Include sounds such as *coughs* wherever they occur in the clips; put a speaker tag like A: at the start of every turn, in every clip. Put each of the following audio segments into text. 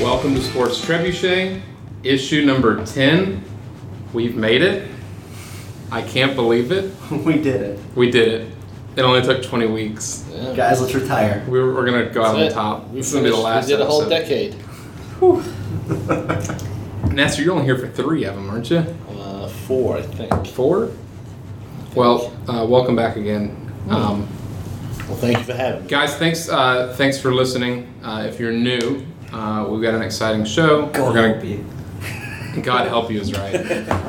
A: Welcome to Sports Trebuchet, issue number 10. We've made it. I can't believe it.
B: *laughs* we did it.
A: We did it. It only took 20 weeks.
C: Yeah.
B: Guys, let's retire.
A: *laughs* We were, we're going to go out
C: That's
A: on
C: it.
A: top.
C: We
A: This is going to be the
C: finished-
A: last
C: We did a whole
A: episode.
C: decade.
A: Nasser, you're only here for three of them, aren't you?
C: Uh, four, I think.
A: Four? Well, uh, welcome back again. Um,
C: Well, thank you for having me.
A: guys thanks uh, thanks for listening uh, if you're new uh, we've got an exciting show we're gonna
B: be.
A: *laughs* god help you is right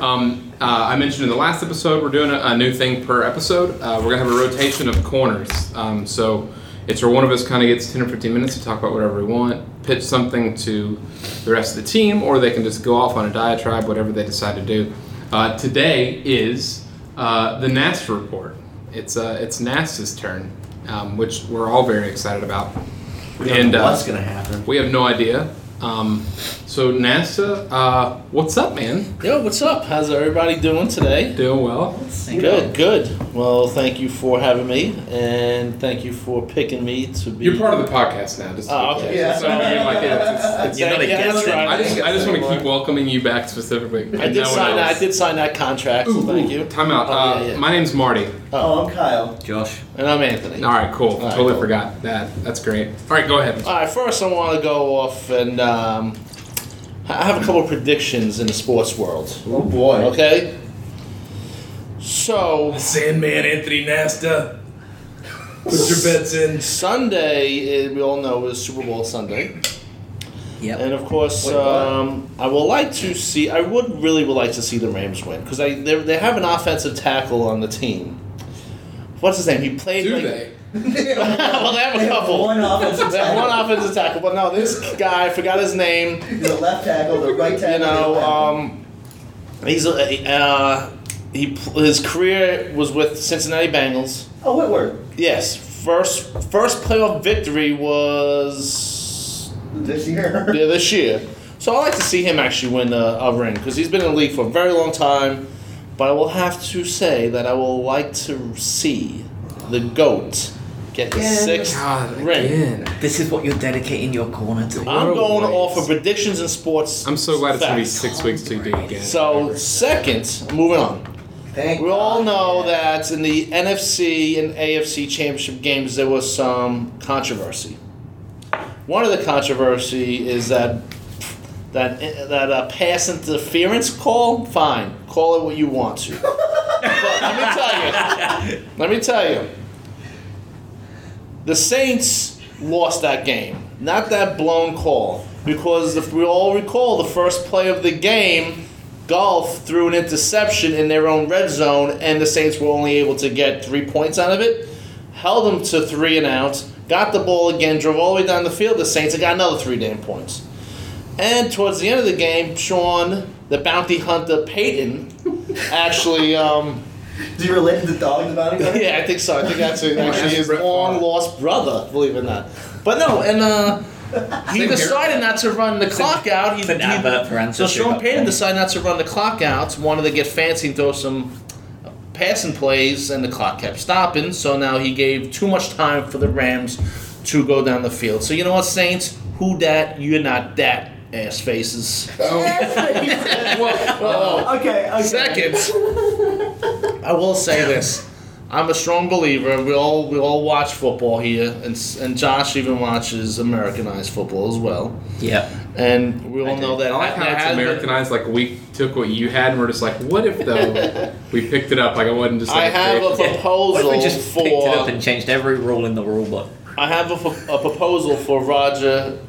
A: um, uh, i mentioned in the last episode we're doing a, a new thing per episode uh, we're gonna have a rotation of corners um, so it's where one of us kind of gets 10 or 15 minutes to talk about whatever we want pitch something to the rest of the team or they can just go off on a diatribe whatever they decide to do uh, today is uh, the nasa report it's uh, it's nasa's turn um, which we're all very excited about
B: We don't
A: And,
B: know
A: uh,
B: what's gonna happen?
A: we have no idea. Um, so NASA, uh, what's up, man?
C: Yo, what's up? How's everybody doing today?
A: Doing well.
C: Good, good. Well, thank you for having me, and thank you for picking me to be.
A: You're part of the podcast now. Just
C: Oh, okay.
A: Yeah. So, I mean, like, it's-
C: *laughs*
A: it's-
C: You're not a guest
A: it's- I just, I just want to keep welcoming you back specifically.
C: I did sign that. I did sign that contract. So thank you.
A: Time out.
C: Oh,
A: uh,
C: yeah, yeah.
A: My name's Marty.
B: Oh, I'm Kyle.
D: Josh.
C: Oh, and I'm Anthony.
A: All right, cool.
C: right,
A: totally
C: cool.
A: forgot that. That's great. All right, go ahead.
C: All right, first I want to go off and um, I have a couple of predictions in the sports world.
B: Oh boy.
C: Okay. So
A: Sandman Anthony NASA. Put your bets in.
C: Sunday, eh, we all know, is Super Bowl Sunday,
D: Yep.
C: and of course,
B: Wait, what?
C: um, I would like to see. I would really would like to see the Rams win because they they're- they have an offensive tackle on the team. What's his name? He played
A: Do
C: like *laughs*
A: they?
C: well, they have a couple.
B: One offensive
C: They have
B: tackle.
C: *laughs* one offensive tackle, but no, this guy I forgot
B: *laughs*
C: his name.
B: the left tackle, the right tackle.
C: You know,
B: the left
C: um, he's a- uh, he pl- his career was with Cincinnati Bengals.
B: tackle. oh, Whitworth.
C: Yes, first first playoff victory was
B: This
C: *laughs*
B: year.
C: yeah, this year. So I like to see him actually win a, a ring because he's been in the league for a very long time. But I will have to say that I will like to see the goat get the
B: Again.
C: sixth
A: God,
C: ring.
A: again.
D: This is what you're dedicating your corner to.
C: I'm
A: What a
C: going
A: waste.
C: off of predictions in sports.
A: I'm so glad it's gonna be
C: facts.
A: six weeks till you do it again.
C: So second, moving on.
B: Thank
C: We all
B: God.
C: know that in the NFC and AFC championship games there was some controversy. One of the controversy is that that that uh, pass interference call. Fine, call it what you want to. *laughs* but let me tell you. Let me tell you. The Saints lost that game. Not that blown call. Because if we all recall, the first play of the game, Golf threw an interception in their own red zone, and the Saints were only able to get three points out of it. Held them to three and out, got the ball again, drove all the way down the field, the Saints, and got another three damn points. And towards the end of the game, Sean, the bounty hunter Peyton, *laughs* actually. Um,
B: Do you relate to the dog, the bounty hunter?
C: *laughs* yeah, I think so. I think that's it. actually
A: Ask
C: his
A: Brett
C: long
A: Favre.
C: lost brother, believe it or not. But no, and uh, he
A: Same
C: decided not to run the clock out. He,
D: But
C: he-
D: now Bert Perrin
C: so
D: says you're
C: Sean
D: not
C: Payton
D: playing.
C: decided not to run the clock out. Wanted to get fancy and throw some passing plays, and the clock kept stopping. So now he gave too much time for the Rams to go down the field. So you know what, Saints? Who that? You're not that ass faces.
A: Oh.
C: *laughs*
B: well, okay, okay.
C: Seconds. I will say this. I'm a strong believer. We all we all watch football here, and s- and Josh even watches Americanized football as well.
D: Yep.
C: And we all
D: do.
C: know that
A: I like how
C: that
A: it's
C: has been-
A: Americanized. Like we took what you had, and we're just like, what if
C: *laughs*
A: though we picked it up? Like I wasn't just. Like,
C: I have a
A: creation.
D: *laughs* What
C: proposal
D: if we just
C: for.
D: picked it up and changed every rule in the rule book?
C: I have a, pro- a proposal for Roger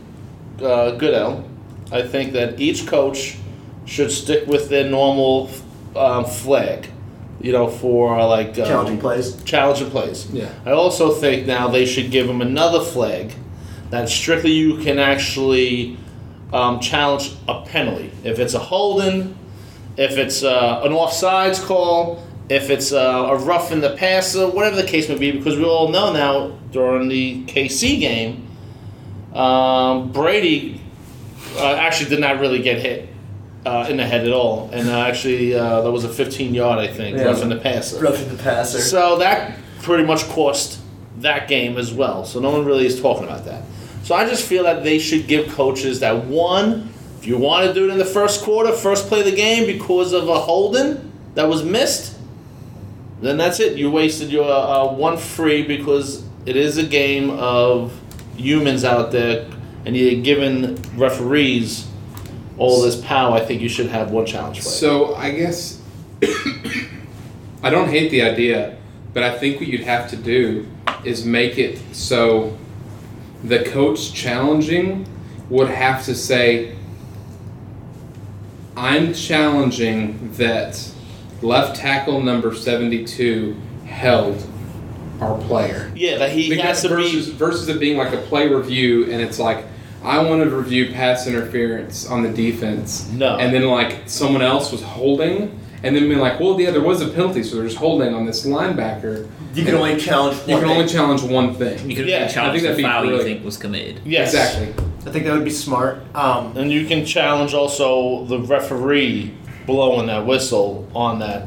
C: uh, Goodell. I think that each coach should stick with their normal um, flag, you know, for uh, like um,
B: Challenging plays.
C: challenge and plays.
A: Yeah.
C: I also think now they should give him another flag that strictly you can actually um, challenge a penalty. If it's a holding, if it's uh, an offsides call, if it's uh, a rough in the passer, whatever the case may be, because we all know now during the KC game, um, Brady uh, actually did not really get hit. Uh, in the head at all, and uh, actually, uh, that was a 15 yard, I think,
B: Yeah.
C: rough in the passer.
B: Rushing the passer.
C: So that pretty much cost that game as well. So no one really is talking about that. So I just feel that they should give coaches that one, if you want to do it in the first quarter, first play of the game because of a holding that was missed, then that's it. You wasted your uh, one free because it is a game of humans out there, and you're giving referees all this power. I think you should have one challenge play.
A: So I guess *coughs* I don't hate the idea, but I think what you'd have to do is make it so the coach challenging would have to say, I'm challenging that left tackle number 72 held our player.
C: yeah, that he
A: Because
C: has to
A: versus,
C: be.
A: versus it being like a play review and it's like I want to review pass interference on the defense.
C: No.
A: And then like someone else was holding and then being like, well, yeah, there was a penalty, so they're just holding on this linebacker.
B: You can only challenge.
A: You
B: one
A: can only
B: thing.
A: challenge one thing.
D: You could
C: Yeah, I
D: yeah,
C: think
D: challenge the
A: that'd be
D: foul you
A: really-
D: think was committed.
C: Yes.
A: Exactly.
B: I think that would be smart. Um,
C: And you can challenge also the referee blowing that whistle on that,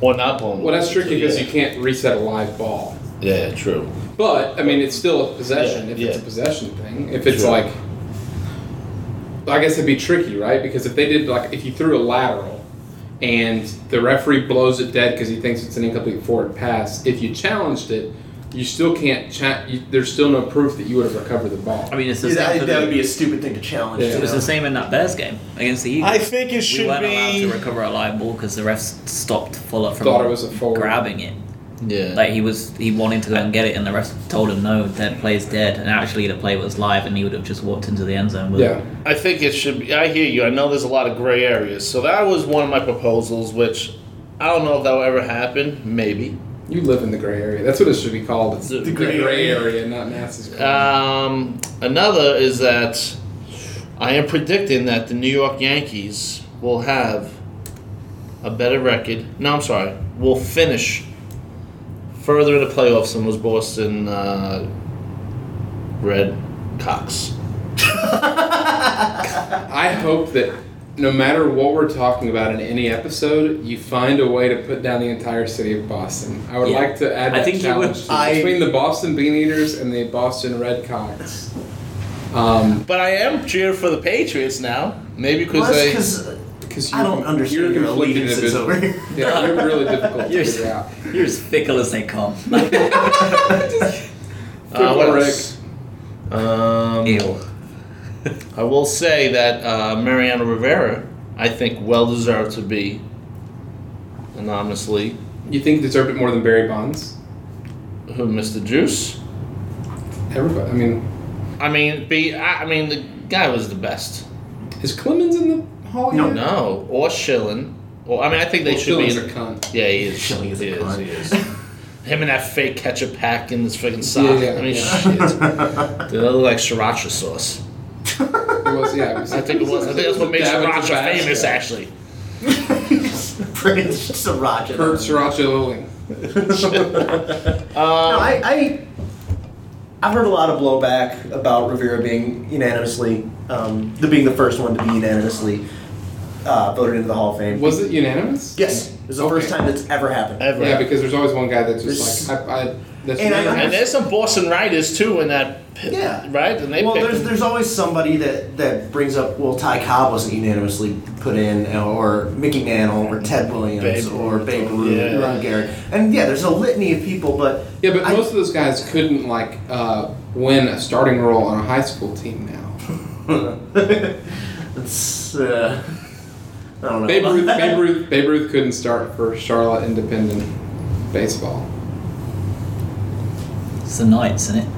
C: or not blowing.
A: Well, that's tricky because
C: yeah.
A: you can't reset a live ball.
C: Yeah, true.
A: But I mean, it's still a possession
C: Yeah,
A: if it's a
C: yeah.
A: possession thing. If it's
C: Sure.
A: like, I guess it'd be tricky, right? Because if they did like, if you threw a lateral, and the referee blows it dead because he thinks it's an incomplete forward pass, if you challenged it, you still can't. Cha- you, there's still no proof that you would have recovered the ball.
D: I mean, it's the
B: dude,
D: same.
B: that,
D: for
B: that would
D: the,
B: be a stupid thing to challenge.
A: Yeah.
B: you
D: it was
B: know?
D: the same in that Bears game against the Eagles.
C: I think it
D: we
C: should
D: weren't allowed
C: be.
D: to recover a live ball because the refs stopped Fuller from
A: Thought it was a forward.
D: grabbing it.
C: Yeah.
D: Like he was, he wanted to go and get it, and the refs told him no, that play's dead, and actually the play was live, and he would have just walked into the end zone. With
A: yeah,
D: it.
C: I think it should be. I hear you. I know there's a lot of gray areas. So that was one of my proposals, which I don't know if that will ever happen. Maybe.
A: you live in the gray area. That's what it should be called. It's
C: The-
A: the,
C: the
A: gray,
B: gray area.
A: area, not NASA's.
C: Um, another is that I am predicting that the New York Yankees will have a better record. No, I'm sorry. Will finish further in the playoffs than was Boston uh, Red Cox.
A: I hope that no matter what we're talking about in any episode, you find a way to put down the entire city of Boston. I would
D: Yeah.
A: like to add
D: I
A: that
D: think you would-
A: challenge to-
B: I-
A: between the Boston Bean Eaters and the Boston Red Cox. Um,
C: But I am cheering for the Patriots now. Maybe
B: Well,
C: because
B: that's
C: they.
B: 'cause
A: because
B: I don't understand your allegiance. It's over. here.
A: *laughs* Yeah, you're
B: *laughs*
A: really difficult to
D: You're-
A: figure out.
D: You're as fickle as they come. *laughs*
C: Uh, what
A: Rick.
C: else? Um,
D: Ew.
C: I will say that uh, Mariano Rivera, I think, well deserved to be anonymously
A: You think he deserved it more than Barry Bonds?
C: who missed the juice.
A: Everybody. I mean,
C: I mean, be I, I mean, the guy was the best.
A: is Clemens in the Hall
B: No,
A: yet?
C: No, or Schilling. Or I mean, I think they
A: Well,
C: should be.
A: Schilling's
C: in-
A: a cunt.
C: yeah, he is.
B: Schilling is
C: he
B: a
C: is.
B: cunt.
C: He is. *laughs* Him and that fake ketchup pack in his freaking sock.
A: Yeah,
C: I mean,
A: yeah.
C: shit. Dude, that looked like sriracha sauce.
A: It was, yeah. it was-
C: I think it was. I think that's what made
A: David
C: sriracha
A: Tabasco.
C: famous, actually.
B: Prince Sriracha.
A: Kurt Sriracha Lilling.
B: *laughs* No,
C: Um,
B: I, I I've heard a lot of blowback about Rivera being unanimously um, the being the first one to be unanimously uh, voted into the Hall of Fame.
A: Was it unanimous?
B: yes, it's the first
A: Okay.
B: time that's ever happened.
C: ever.
A: Yeah, because there's always one guy that's
B: There's-
A: just like, I, I, that's
B: And I
A: never-
C: And there's some Boston writers too in that. pi-
B: Yeah.
C: Right, and they
B: well,
C: picked
B: there's
C: him.
B: there's always somebody that, that brings up well Ty Cobb wasn't unanimously put in or Mickey Mantle or Ted Williams
C: Babe
B: or
C: Ruth.
B: Babe Ruth
C: Yeah.
B: or Ron Garrett and yeah there's a litany of people but
A: Yeah, but
B: I-
A: most of those guys couldn't like uh, win a starting role on a high school team now.
B: *laughs* it's uh, *laughs* I don't know
A: Babe
B: about
A: Ruth,
B: that.
A: Babe Ruth, Babe Ruth couldn't start for Charlotte Independent baseball.
D: it's the Knights, isn't it?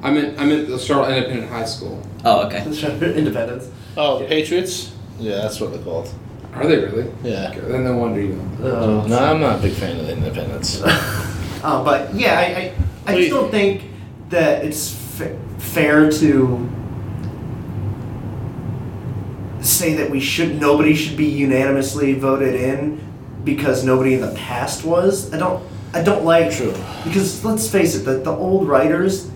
A: I meant I meant the Charlotte Independent High School.
D: Oh, okay.
B: *laughs* Independence.
C: oh, the Patriots. Yeah, that's what they're called.
A: Are they really?
C: Yeah.
A: Okay, Then no wonder you. don't.
B: Uh,
C: No, I'm not a big fan of the *laughs* Independents.
B: Uh, but yeah, I, I, I
C: Please.
B: just don't think that it's fa- fair to say that we should nobody should be unanimously voted in because nobody in the past was. I don't I don't like
C: True.
B: because let's face it, the, the old writers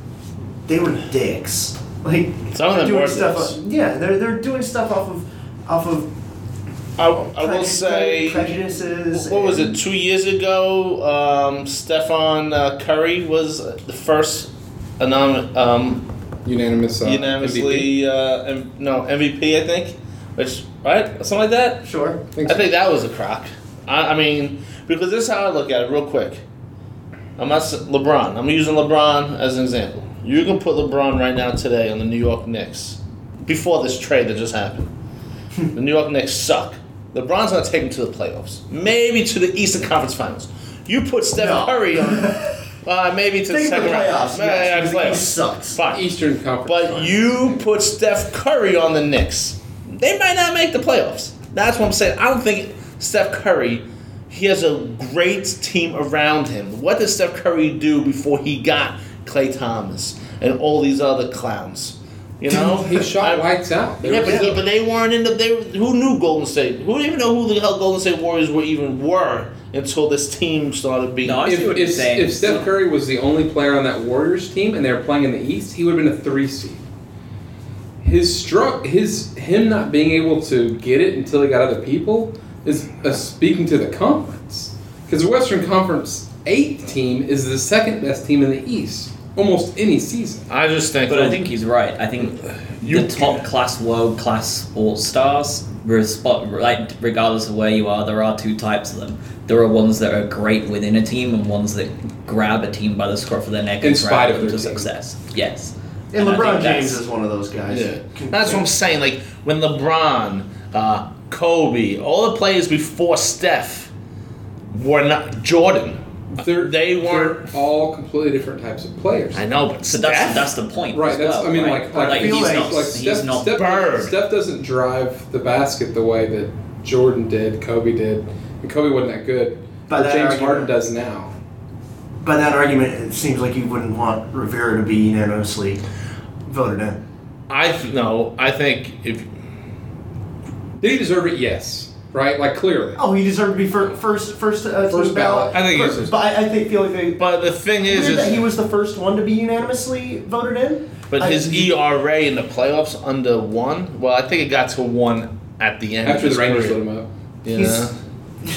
B: they were dicks. Like
C: Some of
B: they're
C: them
B: doing
C: were
B: stuff.
C: dicks.
B: off- yeah, they're they're doing stuff off of off of
C: I, I will
B: preju-
C: say.
B: prejudices.
C: What was it?
B: and-
C: Two years ago, um, Stefan uh, Curry was the first anon- um,
A: unanimous. Uh, MVP.
C: unanimously uh, M- no MVP I think, which right something like that.
B: Sure.
A: Think
C: I
A: so.
C: think that was a crock. I, I mean, because this is how I look at it, real quick. I'm not s- LeBron. I'm using LeBron as an example. You can put LeBron right now today on the New York Knicks before this trade that just happened.
B: *laughs*
C: the New York Knicks suck. LeBron's gonna take them to the playoffs, maybe to the Eastern Conference Finals. You put Stephen
B: No. *laughs*
C: Curry on, uh, maybe to the
B: Think of the
C: second
B: playoffs. yes,
C: round. Yeah, yeah,
B: because
C: playoffs.
B: he sucks.
C: Fine.
A: Eastern Conference.
C: But
A: Finals.
C: you put Steph Curry on the Knicks. They might not make the playoffs. That's what I'm saying. I don't think Steph Curry, he has a great team around him. What did Steph Curry do before he got Clay Thomas and all these other clowns? *laughs* You know?
A: *laughs* he shot
C: I-
A: lights out. They
C: yeah,
A: were
C: but,
A: still-
C: but they weren't in the. They were- who knew Golden State? Who didn't even know who the hell Golden State Warriors were even were until this team started being.
D: No, I-
A: if,
D: see what you're
A: if,
D: saying.
A: if Steph Curry was the only player on that Warriors team and they were playing in the East, he would have been a three seed. His struck his him not being able to get it until he got other people is uh, speaking to the conference because the Western Conference eight team is the second best team in the East almost any season.
C: I just think.
D: But I think he's right. I think
C: You-
D: the top class, world class sports stars, respo- like regardless of where you are, there are two types of them. There are ones that are great within a team, and ones that grab a team by the scruff of their neck
A: In
D: and
A: spite
D: drive
A: of
D: them
A: their
D: to
A: team.
D: success. Yes.
B: And
D: And I
B: LeBron
D: think that's-
B: James is one of those guys.
C: Yeah.
B: Can-
C: That's what I'm saying. Like when LeBron, uh, Kobe, all the players before Steph were not Jordan.
A: They're,
C: They weren't-
A: they're all completely different types of players.
C: I know, but
D: So
C: Steph.
D: that's that's the point.
A: Right,
D: as
A: that's
D: well,
A: I mean like
D: right?
A: like,
D: he's
B: like-
D: not
A: like
D: he's
A: Steph,
D: not
A: Steph,
C: Bird.
A: Steph doesn't drive the basket the way that Jordan did, Kobe did, and Kobe wasn't that good.
B: By
A: or
B: that
A: James
B: argument-
A: Harden does now.
B: By that argument, it seems like you wouldn't want Rivera to be unanimously voted in.
C: I th- no. I think if
A: Did he deserve it? Yes. Right, like clearly.
B: Oh, he deserved to be fir- first, first, uh,
A: First
B: team
A: ballot.
C: I think he
B: First-
C: deserves-
B: But I, I think feel like they.
C: but the thing is,
B: Weird that he
C: is
B: was the first one to be unanimously voted in.
C: but
B: I-
C: his E ERA in the playoffs under one. Well, I think it got to one at the end.
A: After
C: of
A: the
C: his
A: Rangers lit
C: career.
A: him up. *laughs*
C: yeah.
B: He's-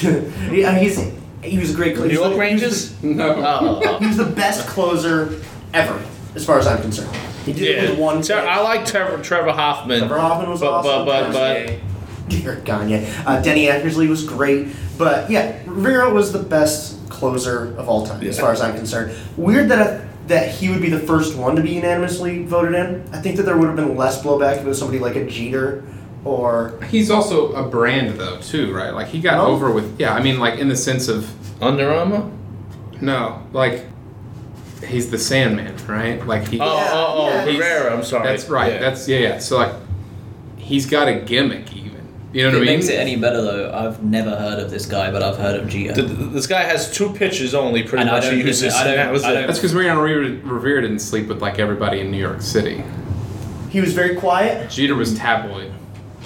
B: *laughs* yeah, he's he was a great
C: New
B: closer.
C: York Rangers.
A: No.
C: Oh,
B: *laughs*
C: oh.
B: He was the best closer ever, as far as I'm concerned. He did it with one.
C: Ter- I like Trevor, Trevor Hoffman.
B: Trevor Hoffman was
C: but,
B: awesome.
C: But, but,
B: Kanye. Dear Gagne. Uh, Denny Eckersley was great, but yeah, Rivera was the best closer of all time, as
C: Yeah.
B: far as I'm concerned. Weird that that he would be the first one to be unanimously voted in. I think that there would have been less blowback if it was somebody like a Jeter or
A: He's also a brand though too, right? Like he got
B: No.
A: over with yeah, I mean like in the sense of
C: but Under Armour.
A: no, like he's the Sandman, right? Like he
C: Oh, oh, oh,
B: yeah.
C: Rivera. I'm sorry.
A: That's right.
C: Yeah.
A: That's yeah, yeah. So like he's got a gimmick even. You know
D: If
A: what
D: it
A: I mean?
D: makes it any better though, I've never heard of this guy, but I've heard of Gio.
C: Th- th- This guy has two pitches only, pretty
D: And I
C: much.
D: don't
C: He
D: think
C: uses.
D: that- I don't-
C: that was
D: I
C: it.
D: don't-
A: That's because Mariano Rivera, Rivera didn't sleep with like everybody in New York City.
B: he was very quiet.
A: Jeter was tabloid.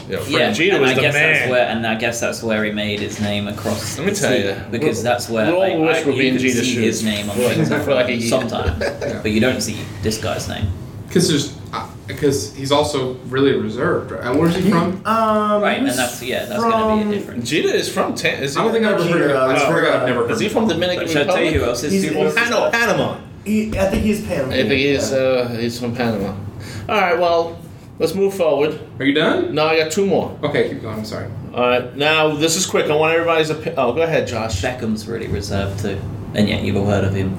C: Yeah, Frank
D: yeah,
C: Jeter
D: and
C: was
D: I
C: the
D: guess
C: man.
D: that's where and I guess that's where he made his name across.
C: Let me
D: the
C: tell
D: sea,
C: you,
D: because
C: we're-
D: that's where
C: we're all
D: like,
C: wish
D: I,
C: we're
D: you
C: being
D: can
C: Jeter's
D: see his
C: shoes.
D: name on
C: We're like-
D: things
C: we're *laughs* like a year.
D: sometimes, but you don't see this guy's name.
A: Because there's, because he's also really reserved. Right? And Where's he from?
B: Um,
D: Right, and that's yeah, that's going to
B: from-
D: be a difference.
C: Jeter is from. Tan- is
A: I
C: he,
A: don't think I've ever heard. Of, I swear to God, I've never heard.
C: Is he
A: of
C: from
D: But
C: Dominican
D: should I tell you who
C: Republic?
D: else is
B: He's-
D: super-
B: he's-
C: Pan- no, Panama.
B: He, E, I think he's Panama.
C: I think he's. Uh, he's from Panama. All right. Well, let's move forward.
A: Are you done?
C: Now I got two more.
A: Okay, keep going. I'm sorry.
C: All right. Now this is quick. I want everybody's. Opi- oh, go ahead, Josh.
D: Beckham's really reserved too, and yet you've all heard of him.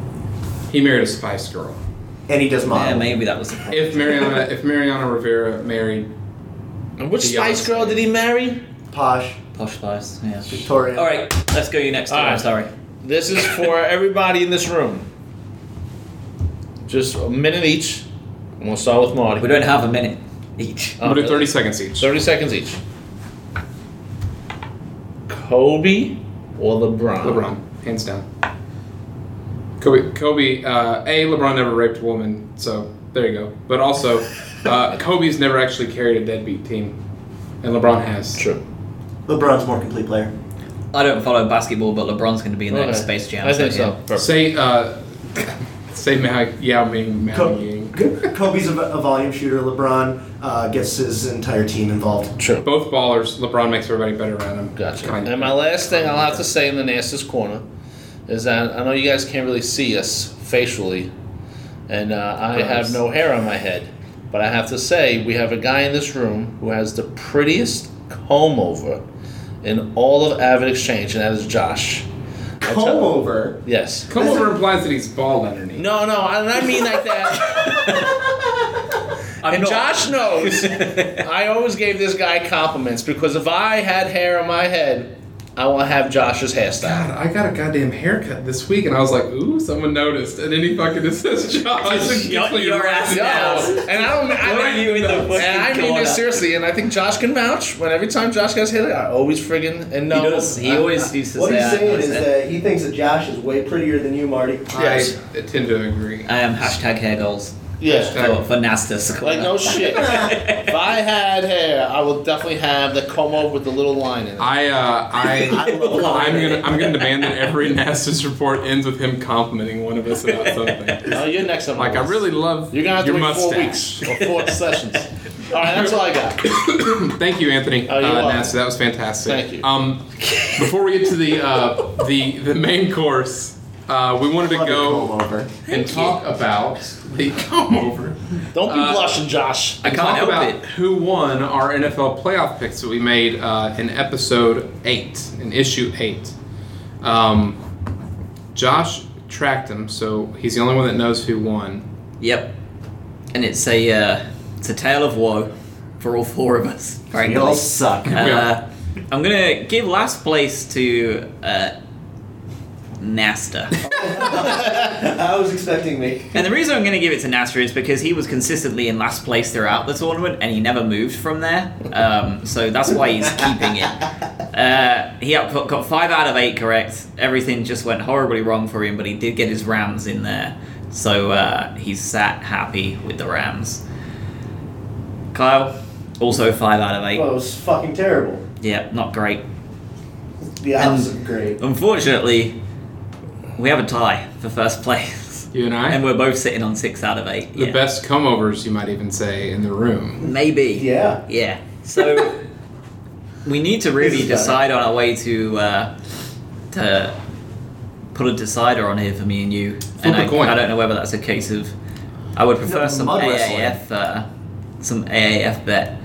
A: He married a Spice Girl.
B: and he does
D: Yeah,
B: model.
D: maybe that was the problem.
A: If Mariana, if Mariana Rivera married,
C: And which Spice
A: Beyonce.
C: Girl did he marry?
B: Posh,
D: Posh Spice, yeah.
B: Victoria.
D: All right, let's go you next
C: All
D: time.
C: right.
D: I'm sorry.
C: This is for everybody in this room. Just a minute each. I'm gonna start with Marty.
D: We don't have a minute each.
C: Oh,
A: we'll do 30
C: really?
A: seconds each.
C: 30 seconds each. Kobe or LeBron?
A: LeBron, hands down. Kobe, Kobe. Uh, a LeBron never raped a woman, so there you go. But also,
C: *laughs*
A: uh, Kobe's never actually carried a deadbeat team, and LeBron has.
C: True.
B: LeBron's a more complete
D: *laughs*
B: player.
D: I don't follow basketball, but LeBron's going to be in the
C: Okay.
D: next Space Jam.
C: I think
D: yeah.
C: so. Perfect.
A: Say, uh, *laughs* say Mao, Yao Ming, Mao
B: Co-
A: Ying.
B: Kobe's a, a volume shooter. LeBron uh, gets his entire team involved.
C: True.
A: Both ballers. LeBron makes everybody better around him.
C: Gotcha.
A: Kind of.
C: And my last thing I'll have to say in the nastiest corner is that I know you guys can't really see us facially, and uh, I have no hair on my head. But I have to say, we have a guy in this room who has the prettiest comb over in all of Avid Exchange, and that is Josh. I tell-
B: Comb over.
C: Yes.
A: Come over implies that he's bald underneath.
C: No, no, I, I mean like that. and Josh knows. I always gave this guy compliments because if I had hair on my head, I want to have Josh's hairstyle.
A: God, I got a goddamn haircut this week, and I was like, "Ooh, someone noticed." And then he fucking *laughs* just says, "Josh,
D: Shut
C: *laughs*
D: your ass
C: Yo,
D: down.
C: and I don't. I
D: Were
C: mean,
D: you in the fucking
C: and I mean
D: corner?
C: this seriously, and I think Josh can vouch. When every time Josh gets hit, I always friggin' and
D: He,
C: no.
D: does, he
C: I-
D: always used to
B: What
D: say
B: he's
D: I-
B: saying
D: I
B: is
D: said-
B: that he thinks that Josh is way prettier than you, Marty.
C: Yes.
A: I tend to agree."
D: I am hashtag hair goals
C: yeah.
D: for, for Nastas.
C: Like no shit. if I had hair, I would definitely have the comb over with the little line in it.
A: I, uh,
C: *laughs*
A: I,
D: love
A: I'm gonna,
D: it.
A: I'm gonna demand that every NASA's report ends with him complimenting one of us about something.
C: Oh, you're next on my
A: Like, I
C: list.
A: really love
C: You're gonna have to
A: your
C: wait
A: mustache.
C: four weeks or
A: *laughs*
C: four sessions. All right, that's all I got.
A: Thank you, Anthony.
C: Oh, you're
A: uh,
C: welcome.
A: Nasa, that was fantastic.
C: Thank you.
A: Um, before we get to the uh, the the main course, uh, we wanted to
B: Love your
A: go
B: comb over.
A: and talk about the *laughs* come over.
C: Don't be
A: Uh,
C: blushing, Josh.
D: I
A: and talk
D: can't help
A: about
D: it.
A: who won our NFL playoff picks that we made uh, in episode eight, in issue eight. Um, Josh tracked him, so he's the only one that knows who won.
D: Yep. And it's a uh, it's a tale of woe for all four of us.
B: We
D: Frankly.
B: all suck.
A: Yeah.
D: Uh, I'm gonna give last place to uh, Nasta.
B: *laughs* I was expecting me.
D: And the reason I'm going to give it to Nasser is because he was consistently in last place throughout the tournament, and he never moved from there. Um, so that's why he's keeping it. Uh, he got, got five out of eight correct. Everything just went horribly wrong for him, but he did get his Rams in there. So uh, he sat happy with the Rams. Kyle, also five out of
B: Well, it
D: eight.
B: was fucking terrible.
D: Yeah, not great.
B: The opposite of great.
D: Unfortunately, we have a tie for first *laughs* place,
A: You and I?
D: and we're both sitting on six out of eight.
A: the
D: yeah.
A: best come overs, you might even say, in the room.
D: Maybe.
B: Yeah.
D: Yeah. So we need to
B: This
D: really
B: is better.
D: decide on a way to uh, to put a decider on here for me and you. and
A: a
D: I,
A: coin.
D: I don't know whether that's a case of. I would prefer
B: No,
D: some
B: mud wrestling.
D: AAF uh, some AAF bet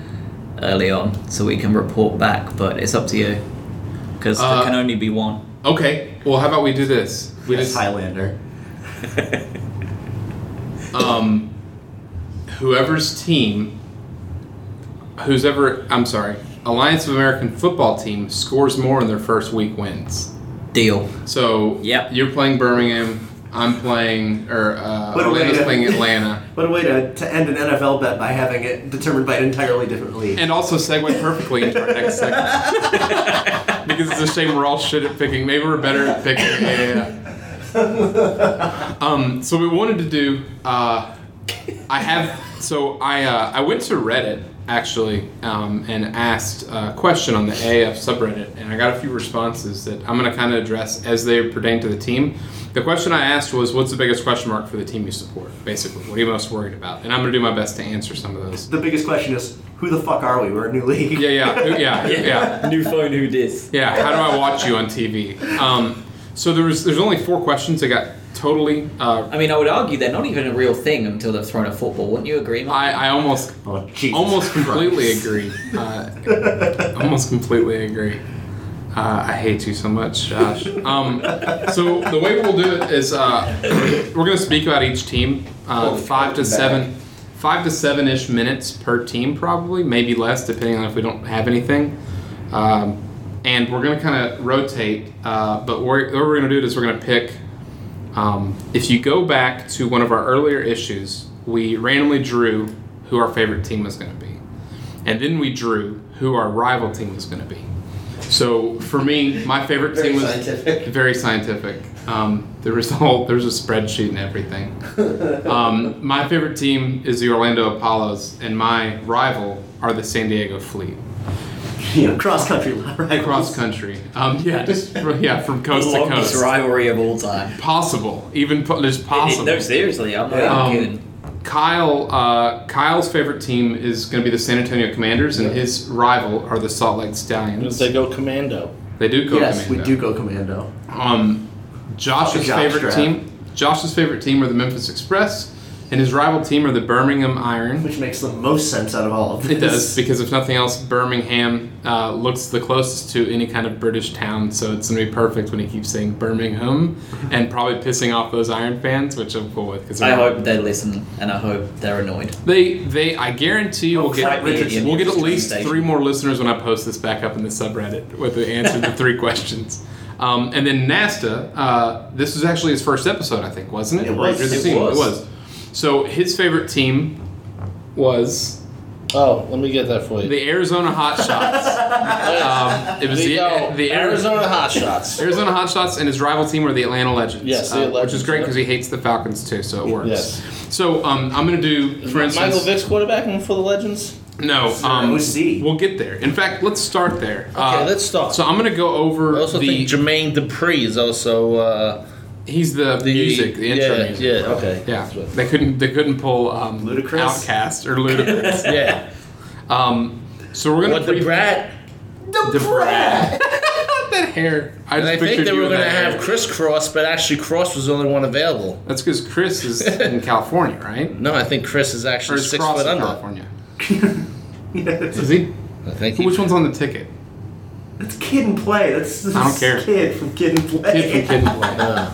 D: early on so we can report back, but it's up to you because
A: Uh,
D: there can only be
A: *laughs*
D: one.
A: Okay, well, how about we do this? We just,
B: Highlander.
A: um, whoever's team, who's ever, I'm sorry, Alliance of American Football team scores more in their first week wins.
D: Deal.
A: So
D: Yep.
A: you're playing Birmingham. I'm playing, or uh,
B: What a way
A: Orlando's
B: to-
A: playing
B: *laughs*
A: Atlanta,
B: What a way to, to end an NFL bet by having it determined by an entirely different league.
A: and also segue perfectly into our next segment *laughs* because it's a shame we're all shit at picking. Maybe we're better at picking. Yeah, yeah, yeah. Um, so we wanted to do. Uh, I have so I uh, I went to Reddit actually um, and asked a question on the AF subreddit and I got a few responses that I'm gonna kind of address as they pertain to the team. The question I asked was, "What's the biggest question mark for the team you support?" Basically, what are you most worried about? And I'm gonna do my best to answer some of those.
B: the biggest question is, who the fuck are we? We're a new league.
A: Yeah, yeah, who- yeah, yeah. yeah.
D: *laughs* New phone who dis?
A: Yeah, how do I watch you on TV? Um, so there was there's only four questions that got totally. Uh,
D: I mean, I would argue they're not even a real thing until they've thrown a football. Wouldn't you agree, Mark?
A: I, I almost
B: Oh, Jesus
A: almost
B: Christ.
A: completely
B: *laughs*
A: agree. Uh, almost completely agree. Uh, I hate you so much, Josh. Um, so the way we'll do it is uh, we're going to speak about each team, uh,
B: Oh,
A: five to
B: back.
A: seven, five to seven ish minutes per team, probably maybe less, depending on if we don't have anything. Um, and we're going to kind of rotate, uh, but we're, what we're going to do is we're going to pick um, if you go back to one of our earlier issues, we randomly drew who our favorite team was going to be. And then we drew who our rival team was going to be. So for me, my favorite
B: Very
A: team was *laughs*
B: scientific.
A: very scientific. Um, the result, there's a spreadsheet and everything. Um, my favorite team is the Orlando Apollos, and my rival are the San Diego Fleet.
B: You know, cross country *laughs* right
A: Cross country. Um, yeah, just from, yeah, from coast to
D: Longest
A: coast.
D: rivalry of all time.
A: Possible, even po- just possible.
D: No, seriously, I'm not
A: Um,
D: even kidding.
A: Kyle, uh, Kyle's favorite team is going to be the San Antonio Commanders, and his rival are the Salt Lake Stallions.
C: They go commando.
A: They do go.
B: Yes, we
A: Commando.
B: do go commando.
A: Um, Josh's
B: Josh
A: favorite
B: Strap.
A: team. Josh's favorite team are the Memphis Express. and his rival team are the Birmingham Iron.
B: which makes the most sense out of all of this.
A: It does because if nothing else, Birmingham uh, looks the closest to any kind of British town, so it's gonna be perfect when he keeps saying Birmingham, and probably pissing off those Iron fans, which I'm cool with because
D: I hope they listen, and I hope they're annoyed.
A: They, they, I guarantee you,
D: Oh,
A: we'll get
D: crap, we did the
A: we'll get at
D: Indian
A: least
D: station.
A: three more listeners when I post this back up in the subreddit with the answer to three *laughs* questions. Um, and then Nasta, uh, this was actually his first episode, I think, wasn't it?
B: It was.
A: Raiders of
D: It
A: Seam.
D: was.
A: It was. So his favorite team was
C: Oh, let me get that for you.
A: the Arizona
D: *laughs*
A: Hotshots. um, it was
C: There
A: the,
C: you go.
A: the
C: Arizona Hot Shots.
A: Arizona Hotshots and his rival team are the Atlanta Legends. Uh,
C: Yes, the
A: which is
C: Legends,
A: great
C: yep.
A: because he hates the Falcons too, so it works.
C: Yes.
A: So um, I'm going to do,
C: Is
A: for instance,
C: Michael Vick's quarterbacking for the Legends.
A: No, um,
B: OC.
A: We'll get there. In fact, let's start there. Okay,
C: let's start.
A: So I'm gonna go over
C: I also
A: the.
C: think Jermaine Dupree is also uh,
A: he's the,
C: the
A: music, the intro
C: yeah,
A: music. *laughs*
C: Yeah, okay.
A: Yeah,
C: That's what-
A: they couldn't. They couldn't pull um,
B: Ludacris?
A: Outcast or Ludacris.
C: *laughs* yeah.
A: um, so we're gonna.
C: What the
A: pre-
C: brat?
A: the brat. *laughs* that hair. I
C: And
A: just
C: I
A: pictured
C: think they
A: you
C: were
A: in
C: going to
A: that
C: have
A: hair.
C: Chris Cross, but actually Cross was the only one available.
A: That's because Chris is
C: *laughs*
A: in California, right?
C: No, I think Chris is
A: Or
C: actually
A: is
C: six
A: Cross
C: foot
A: in
C: under.
A: California?
B: *laughs* Yes.
A: Is he?
C: I think.
A: Which one's on the ticket?
B: That's Kid and Play. That's
A: I don't care.
B: Kid from Kid and Play.
A: Kid from Kid and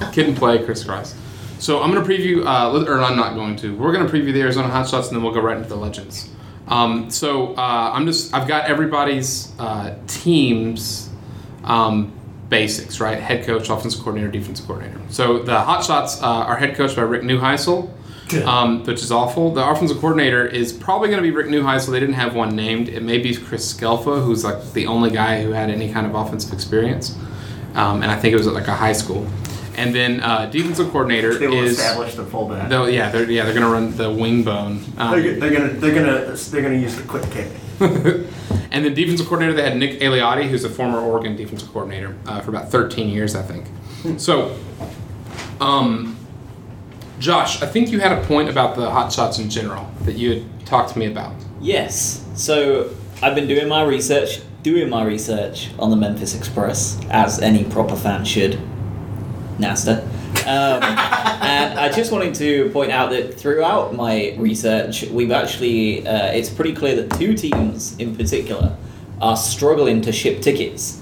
A: Play. Kid and Play, Chris Cross. So I'm going to preview, uh, let- or I'm not going to. We're going to preview the Arizona Hot Shots, and then we'll go right into the Legends. Um, so uh, I'm just, I've got everybody's uh, teams um, basics, right? Head coach, offensive coordinator, defensive coordinator. So the Hot Shots uh, are head coached by Rick Neuheisel, um, which is awful. The offensive coordinator is probably going to be Rick Neuheisel. They didn't have one named. It may be Chris Skelfa, who's like the only guy who had any kind of offensive experience. Um, and I think it was at like a high school. And then uh, defensive coordinator
B: They will
A: is
B: establish the fullback.
A: though yeah they're yeah they're gonna run the wing bone. Um,
B: They're, go- they're gonna they're gonna they're gonna use the quick kick.
A: *laughs* And then defensive coordinator, they had Nick Aliotti, who's a former Oregon defensive coordinator uh, for about 13 years, I think.
B: Hmm.
A: So, um, Josh, I think you had a point about the hot shots in general that you had talked to me about.
D: Yes. So I've been doing my research, doing my research on the Memphis Express, as any proper fan should. Nasta. Um, and I just wanted to point out that throughout my research, we've actually, uh, it's pretty clear that two teams in particular are struggling to ship tickets.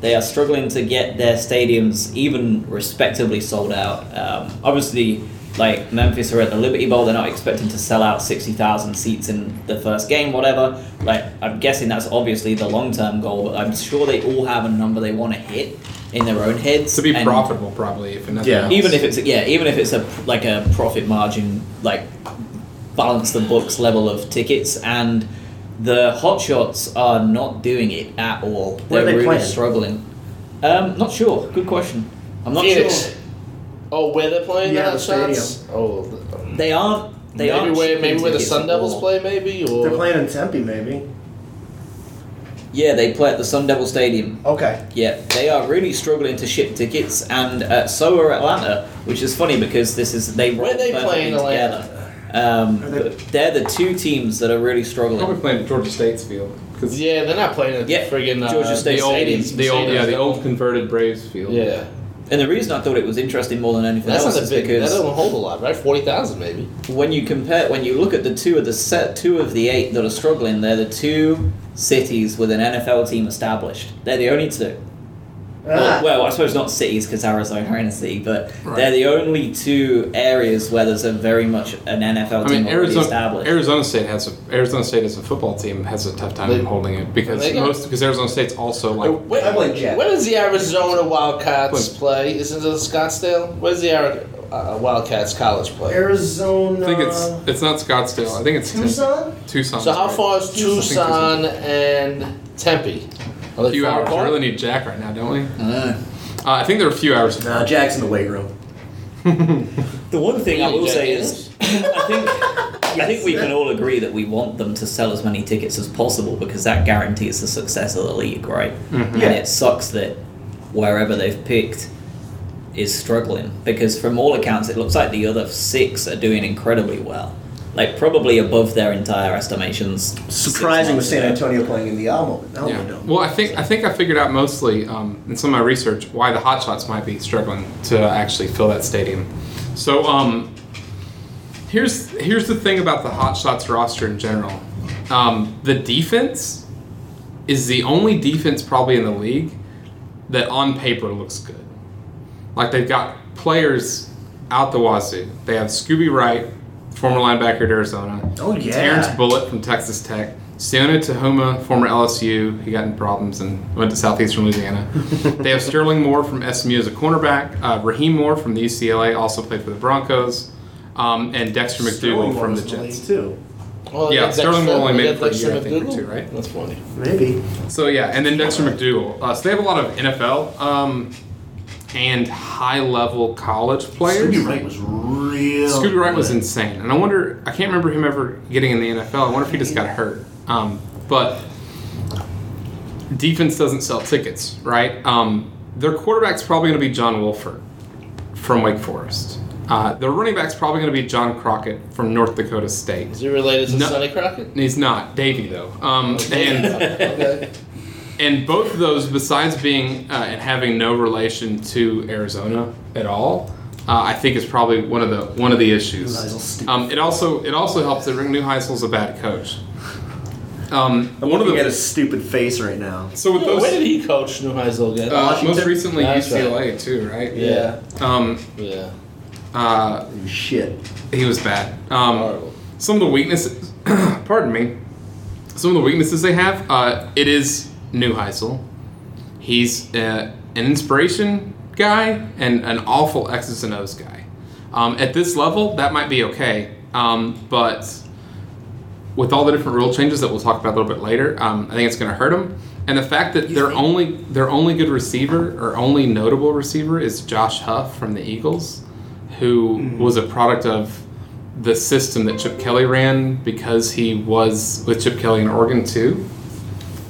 D: They are struggling to get their stadiums even respectively sold out. Um, obviously, like Memphis are at the Liberty Bowl, they're not expecting to sell out 60,000 seats in the first game, whatever. Like, I'm guessing that's obviously the long term goal, but I'm sure they all have a number they want to hit in their own heads.
A: To be
D: and-
A: profitable, probably, if nothing
B: Yeah.
A: else.
D: even if it's yeah, even if it's a like a profit margin, like balance the books level of tickets, and the hotshots are not doing it at all.
B: Where
D: They're
B: are they
D: really
B: playing?
D: struggling. Um, not sure. Good question. I'm not
C: Phoenix.
D: sure.
C: Oh, where they're playing
B: Yeah,
C: that
B: the
C: shots? Oh, the-
D: They aren't. They
C: maybe
D: aren't.
C: where
D: shipping
C: maybe where the
D: tickets
C: Sun
D: at
C: Devils
D: all.
C: play, maybe or
B: They're playing in Tempe, maybe.
D: Yeah, they play at the Sun Devil Stadium.
B: Okay.
D: Yeah, they are really struggling to ship tickets, and uh, so are Atlanta, which is funny because this is they
C: Where
D: roll
C: they
D: perfectly
C: playing Atlanta?
D: together. Um,
B: Are they-
D: but they're the two teams that are really struggling.
A: probably playing at Georgia State's field. 'cause
C: Yeah, they're not playing at
D: Yeah,
C: the friggin' uh,
D: Georgia State
A: the old,
D: Stadium.
A: the old, yeah, the old converted Braves field.
C: Yeah,
D: And the reason I thought it was interesting more than anything
C: that's
D: else
C: not a
D: is
C: big. That
D: because
C: doesn't hold a lot, right? Forty thousand, maybe.
D: when you compare, when you look at the two of the set, two of the eight that are struggling, they're the two cities with an NFL team established. They're the only two. Well,
A: Oh,
B: Ah.
D: well, I suppose not cities because Arizona *laughs* are in a city, but
A: Right.
D: they're the only two areas where there's a very much an NFL
A: I
D: team
A: mean,
D: already
A: Arizona,
D: established.
A: Arizona State has a Arizona State as a football team has a tough time
C: They-
A: holding it because
C: They got-
A: most because Arizona State's also like
C: Where,
B: I blame Jack.
C: Where does the Arizona Wildcats play? Isn't it Scottsdale? Where's the Ari- uh, Wildcats college play?
B: Arizona.
A: I think it's
C: Uh,
A: it's not Scottsdale. I think it's Tempe.
B: Tucson.
A: Tucson.
C: So how
A: right.
C: far is Tucson and Tempe? Are they
A: few
C: far
A: hours. We
C: apart?
A: really need Jack right now, don't we? Uh,
C: Ah.
D: Uh,
A: I think there are a few hours.
B: No, Jack's in the weight room.
D: the one thing I
C: Really,
D: will
C: Jack
D: say
C: Daniels?
D: is, *laughs* I think. I think we can all agree that we want them to sell as many tickets as possible because that guarantees the success of the league, right?
B: Mm-hmm. Yeah.
D: And it sucks that wherever they've picked is struggling because, from all accounts, it looks like the other six are doing incredibly well. Like, probably above their entire estimations. six
B: Surprising with
D: months
B: San
D: ago.
B: Antonio playing in the Alamo. Alamo
A: Yeah.
B: Dome.
A: Well, I think I think I figured out mostly um, in some of my research why the Hotshots might be struggling to actually fill that stadium. So, um, here's here's the thing about the Hot Shots roster in general. Um, the defense is the only defense probably in the league that on paper looks good. Like they've got players out the wazoo. They have Scooby Wright, former linebacker at Arizona.
B: Oh, yeah.
A: Terrence Bullitt from Texas Tech. Siona Tahoma, former LSU, he got in problems and went to Southeastern
B: *laughs*
A: Louisiana. they have Sterling Moore from SMU as a cornerback. Uh, Raheem Moore from the UCLA also played for the Broncos. Um, and Dexter McDougal from the Jets.
B: too.
C: Well,
A: Yeah,
C: that's
A: Sterling
C: extra-
A: will only make
C: that's
A: for a
C: extra
A: year, I think, or
C: McDougal?
A: two, right?
C: That's funny.
B: Maybe.
A: So yeah, and then Dexter McDougal. Uh, so they have a lot of NFL um, and high level college players.
B: Scooby Wright was real.
A: Scooby Wright was
B: good.
A: insane, and I wonder. I can't remember him ever getting in the NFL. I wonder if he just got hurt. Um, but defense doesn't sell tickets, right? Um, their quarterback's probably going to be John Wolford from Wake Forest. Uh, their running back's probably going to be John Crockett from North Dakota State.
C: Is he related to
A: No.
C: Sonny Crockett?
A: He's not Davy though,
B: *laughs*
A: um, and
C: *laughs* okay.
A: and both of those, besides being uh, and having no relation to Arizona at all, uh, I think is probably one of the one of the
B: Neuheisel
A: issues.
B: stupid.
A: Um, it also it also helps that Rick Neuheisel's a bad coach. Um,
B: I'm
A: one of
B: looking at
A: the
B: his stupid face right now.
A: so with
C: Yeah, where did
A: those
C: he coach New Heisel again?
A: uh, most
B: Washington?
A: recently
C: That's
A: UCLA too, right?
C: yeah.
A: Um,
C: Yeah.
A: uh,
B: Shit.
A: he was bad. Um,
C: Horrible.
A: some of the weaknesses, *coughs* pardon me, some of the weaknesses they have. Uh, it is Neuheisel. He's uh, an inspiration guy and an awful X's and O's guy. Um, at this level, that might be okay, um, but with all the different rule changes that we'll talk about a little bit later, um, I think it's going to hurt them. And the fact that their only their only good receiver or only notable receiver is Josh Huff from the Eagles, who was a product of the system that Chip Kelly ran because he was with Chip Kelly in Oregon too.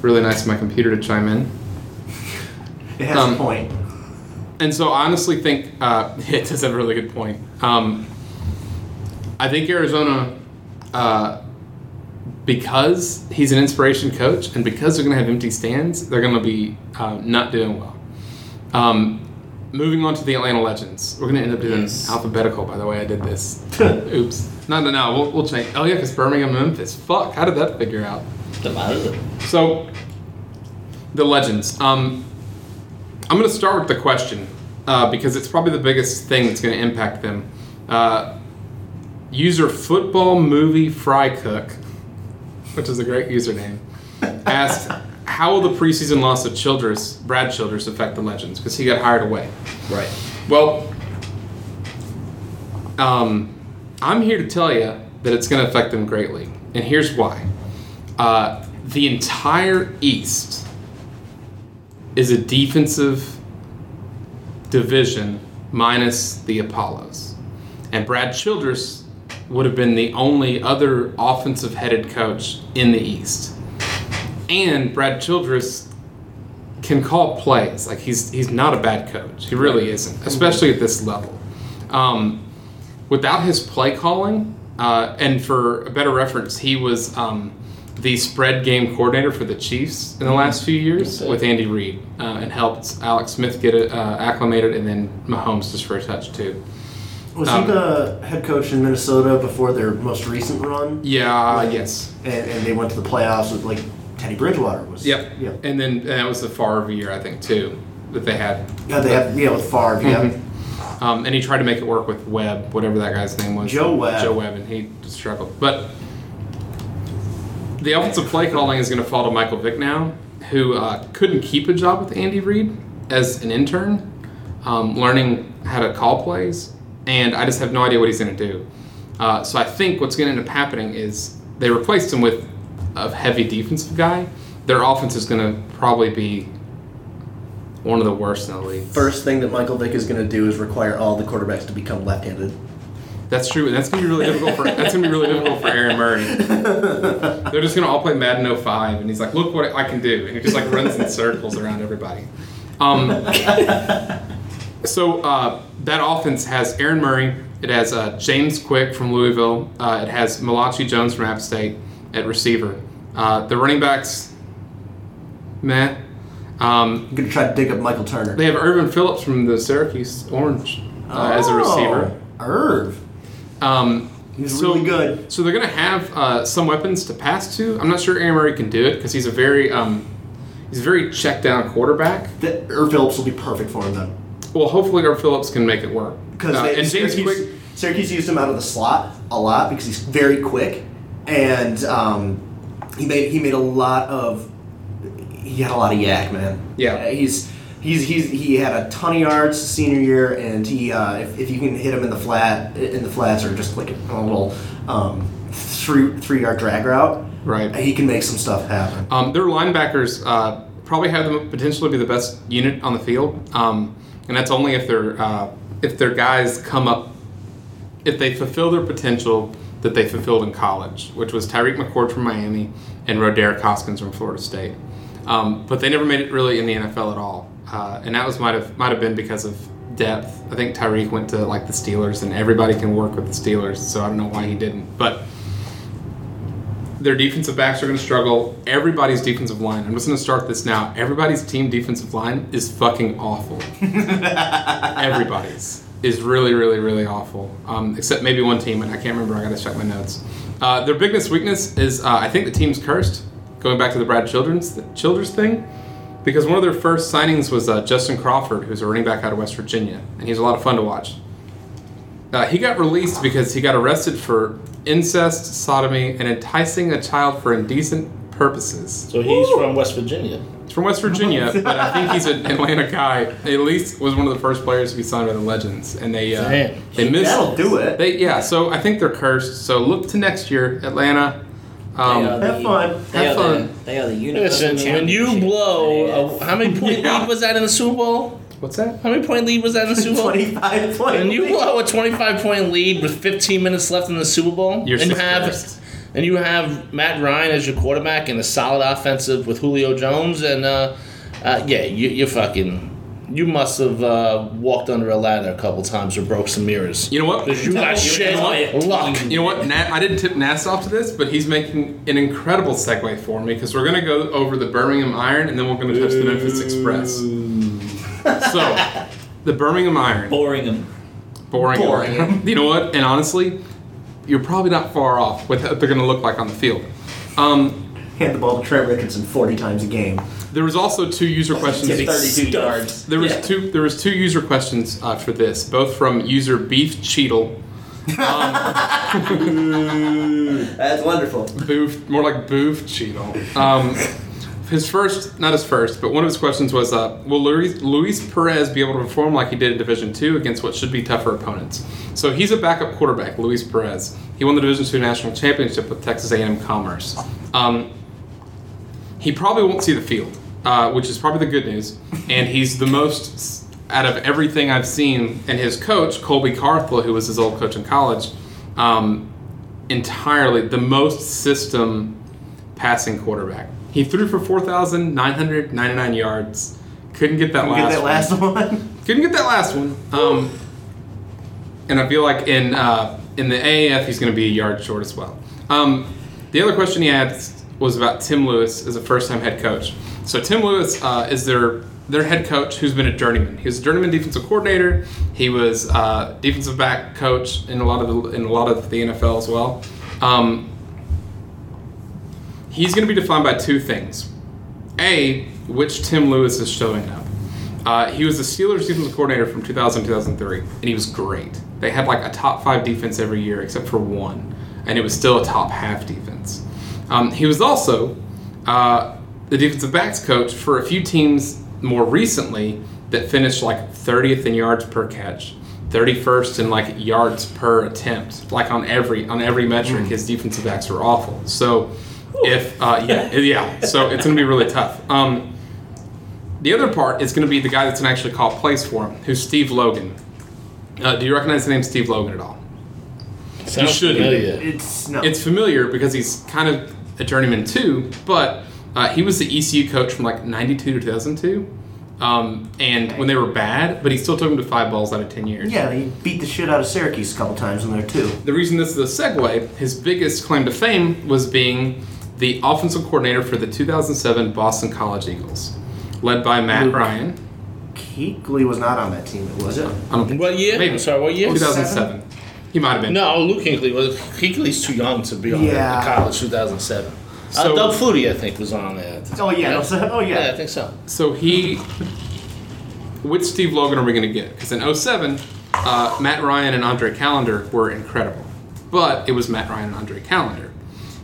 A: Really nice of my computer to chime in.
B: It has
A: Um,
B: a point.
A: And so I honestly think uh, *laughs* it does have a really good point. Um, I think Arizona, uh, because he's an inspiration coach and because they're going to have empty stands, they're going to be uh, not doing well. Um, moving on to the Atlanta Legends. We're going to end up doing
C: Yes.
A: alphabetical, by the way. I did this. Oops. No, no, no. We'll, we'll change. Oh, yeah, because Birmingham, Memphis. Fuck. How did that figure out? So, the legends. Um, I'm going to start with the question uh, because it's probably the biggest thing that's going to impact them. Uh, user football movie fry cook, which is a great username, asked, "How will the preseason loss of Childress, Brad Childress, affect the legends? Because he got hired away."
B: Right.
A: Well, um, I'm here to tell you that it's going to affect them greatly, and here's why: uh, the entire East is a defensive division minus the Apollos, and Brad Childress would have been the only other offensive-headed coach in the East, and Brad Childress can call plays. Like he's he's not a bad coach. He really isn't, especially at this level. Um, without his play calling, uh, and for a better reference, he was um, the spread game coordinator for the Chiefs in the last few years with Andy Reid, uh, and helped Alex Smith get uh, acclimated, and then Mahomes just for a touch too.
B: Was
A: Um,
B: he the head coach in Minnesota before their most recent run?
A: Yeah. uh,
B: Like,
A: Yes.
B: And, and they went to the playoffs with like Teddy Bridgewater was.
A: Yep.
B: Yeah.
A: And then and that was the Favre year, I think, too, that they had.
B: Yeah, they have yeah with Favre. Yeah.
A: Um, and he tried to make it work with Webb, whatever that guy's name was.
B: Joe Webb.
A: Joe Webb, and he just struggled. But the offensive play calling is going to fall to Michael Vick now, who uh, couldn't keep a job with Andy Reid as an intern, um, learning how to call plays. And I just have no idea what he's going to do. Uh, so I think what's going to end up happening is they replaced him with a heavy defensive guy. Their offense is going to probably be one of the worst in the league.
B: First thing that Michael Vick is going to do is require all the quarterbacks to become left-handed.
A: That's true. and That's gonna be really difficult for that's gonna be really difficult for Aaron Murray. They're just gonna all play Madden 05, and he's like, "Look what I can do," and he just like runs in circles around everybody. Um, so uh, that offense has Aaron Murray. It has uh, James Quick from Louisville. Uh, it has Malachi Jones from App State at receiver. Uh, the running backs, meh. Um,
B: I'm going to try to dig up Michael Turner
A: they have Irvin uh, Phillips from the Syracuse Orange uh, as a receiver.
B: Oh, Irv.
A: Um,
B: He's
A: So-
B: really good.
A: So they're going to have uh, some weapons to pass to. I'm not sure Aaron Murray can do it because he's a very um, he's a very check down quarterback.
B: That Irv Phillips will be perfect for him then,
A: Well, hopefully, Irv Phillips can make it work.
B: because
A: Uh,
B: they
A: and James
B: Syracuse,
A: Quick,
B: Syracuse used him out of the slot a lot because he's very quick, and um, he made he made a lot of he had a lot of yak, man.
A: Yeah.
B: Uh, he's. He's, he's, he had a ton of yards senior year, and he uh, if, if you can hit him in the flat in the flats or just like a little um, three three yard drag route,
A: Right.
B: He can make some stuff happen. *laughs*
A: Um, their linebackers uh, probably have them potentially be the best unit on the field, um, and that's only if their uh, if their guys come up, if they fulfill their potential that they fulfilled in college, which was Tyreek McCord from Miami and Roderick Hoskins from Florida State. Um, but they never made it really in the NFL at all, uh, and that was might have might have been because of depth. I think Tyreek went to like the Steelers, and everybody can work with the Steelers, so I don't know why he didn't, but their defensive backs are going to struggle. Everybody's defensive line. I'm just going to start this now. Everybody's team defensive line is fucking awful. Everybody's is really, really, really awful. Um, except maybe one team, and I can't remember. I got to check my notes. Uh, their biggest weakness is uh, I think the team's cursed. Going back to the Brad Children's Childers thing, because one of their first signings was uh, Justin Crawford, who's a running back out of West Virginia, and he's a lot of fun to watch. Uh, he got released because he got arrested for incest, sodomy, and enticing a child for indecent purposes.
C: So he's from West Virginia.
A: He's from West Virginia, but I think he's
B: *laughs*
A: an Atlanta guy. At least was one of the first players to be signed by the Legends, and they uh,
C: Damn.
A: they
B: That'll
A: missed.
B: do it.
A: They yeah. So I think they're cursed. So look to next year, Atlanta. Um,
D: They are
B: Have
D: the-
B: fun.
D: They
A: Have
D: are the-
A: fun.
D: They are the universal
C: Listen, when you
D: championship.
C: blow, a, how many point
A: *laughs* Yeah.
C: lead was that in the Super Bowl?
A: what's that?
C: How many point lead was that in the Super Bowl?
B: 25 20.
C: When you blow a 25 point lead with 15 minutes left in the Super Bowl,
A: You're
C: and you
A: sixth
C: have
A: best.
C: and you have Matt Ryan as your quarterback and a solid offensive with Julio Jones, and uh, uh, yeah, you, you're fucking, you must have uh, walked under a ladder a couple times or broke some mirrors.
A: You know what?
C: 'Cause you got
D: You
C: shit
D: know what?
C: luck.
A: You know what? Nat, I didn't tip Nats off to this, but he's making an incredible segue for me because we're going to go over the Birmingham Iron and then we're going to touch the Memphis Express. So, the Birmingham Iron.
D: boring them.
A: Boring.
B: Boring.
A: you know what? And honestly, you're probably not far off with what they're going to look like on the field. Um,
B: hand the ball to Trent Richardson 40 times a game.
A: there was also two user questions.
B: It's 32 yards.
A: There was
B: Yeah.
A: two. There was two user questions uh, for this, both from user Beef Cheetle.
B: That's wonderful.
A: Boof, more like Boof Cheadle. Um, his first, not his first, but one of his questions was, uh, "Will Luis, Luis Perez be able to perform like he did in Division Two against what should be tougher opponents?" So he's a backup quarterback, Luis Perez. He won the Division Two national championship with Texas A&M Commerce. Um, he probably won't see the field, uh, which is probably the good news. And he's the most s- out of everything I've seen. And his coach, Colby Carthel, who was his old coach in college, um, entirely the most system passing quarterback. He threw for 4,999 yards. Couldn't get that
B: You
A: last
B: get that
A: one.
B: last one? *laughs*
A: Couldn't get that last one. Um, and I feel like in uh, in the AAF he's going to be a yard short as well. Um, the other question he had was about Tim Lewis as a first time head coach. So Tim Lewis uh, is their their head coach who's been a journeyman. He was a journeyman defensive coordinator. He was uh, defensive back coach in a lot of the, in a lot of the NFL as well. Um, he's going to be defined by two things. A, which Tim Lewis is showing up. Uh, he was the Steelers defensive coordinator from 2000 2003, and he was great. They had like a top five defense every year except for one, and it was still a top half defense. Um, he was also uh, the defensive backs coach for a few teams more recently that finished like 30th in yards per catch. 31st in like yards per attempt, like on every on every metric, his defensive backs were awful. So, if uh, yeah yeah, so it's gonna be really tough. Um, the other part is going to be the guy that's going to actually call plays for him, who's Steve Logan. Uh, do you recognize the name Steve Logan at all?
C: Sounds
A: shouldn't.
C: familiar.
B: It's no.
A: It's familiar because he's kind of a journeyman too, but uh, he was the ECU coach from like 92 to 2002. Um, and when they were bad, but he still took them to five balls out of 10 years.
B: yeah, they beat the shit out of Syracuse a couple times in there, too.
A: The reason this is a segue, his biggest claim to fame was being the offensive coordinator for the 2007 Boston College Eagles, led by Matt
B: Luke.
A: Ryan.
B: Keekly was not on that team, was it?
A: I don't think-
C: What year?
A: Maybe.
C: I'm sorry, what year?
A: 2007. He might have been.
C: No, Luke Hinkley was Hinkley's too young to be on
B: Yeah.
C: the college 2007.
A: So-
C: uh, Doug Flutie, I think, was on there. at the time,
B: Oh yeah.
C: right?
B: no, so- *laughs* oh
C: yeah, I
B: yeah.
C: think so.
A: So he, which Steve Logan are we going to get? Because in 07, uh, Matt Ryan and Andre Callender were incredible, but it was Matt Ryan and Andre Callender.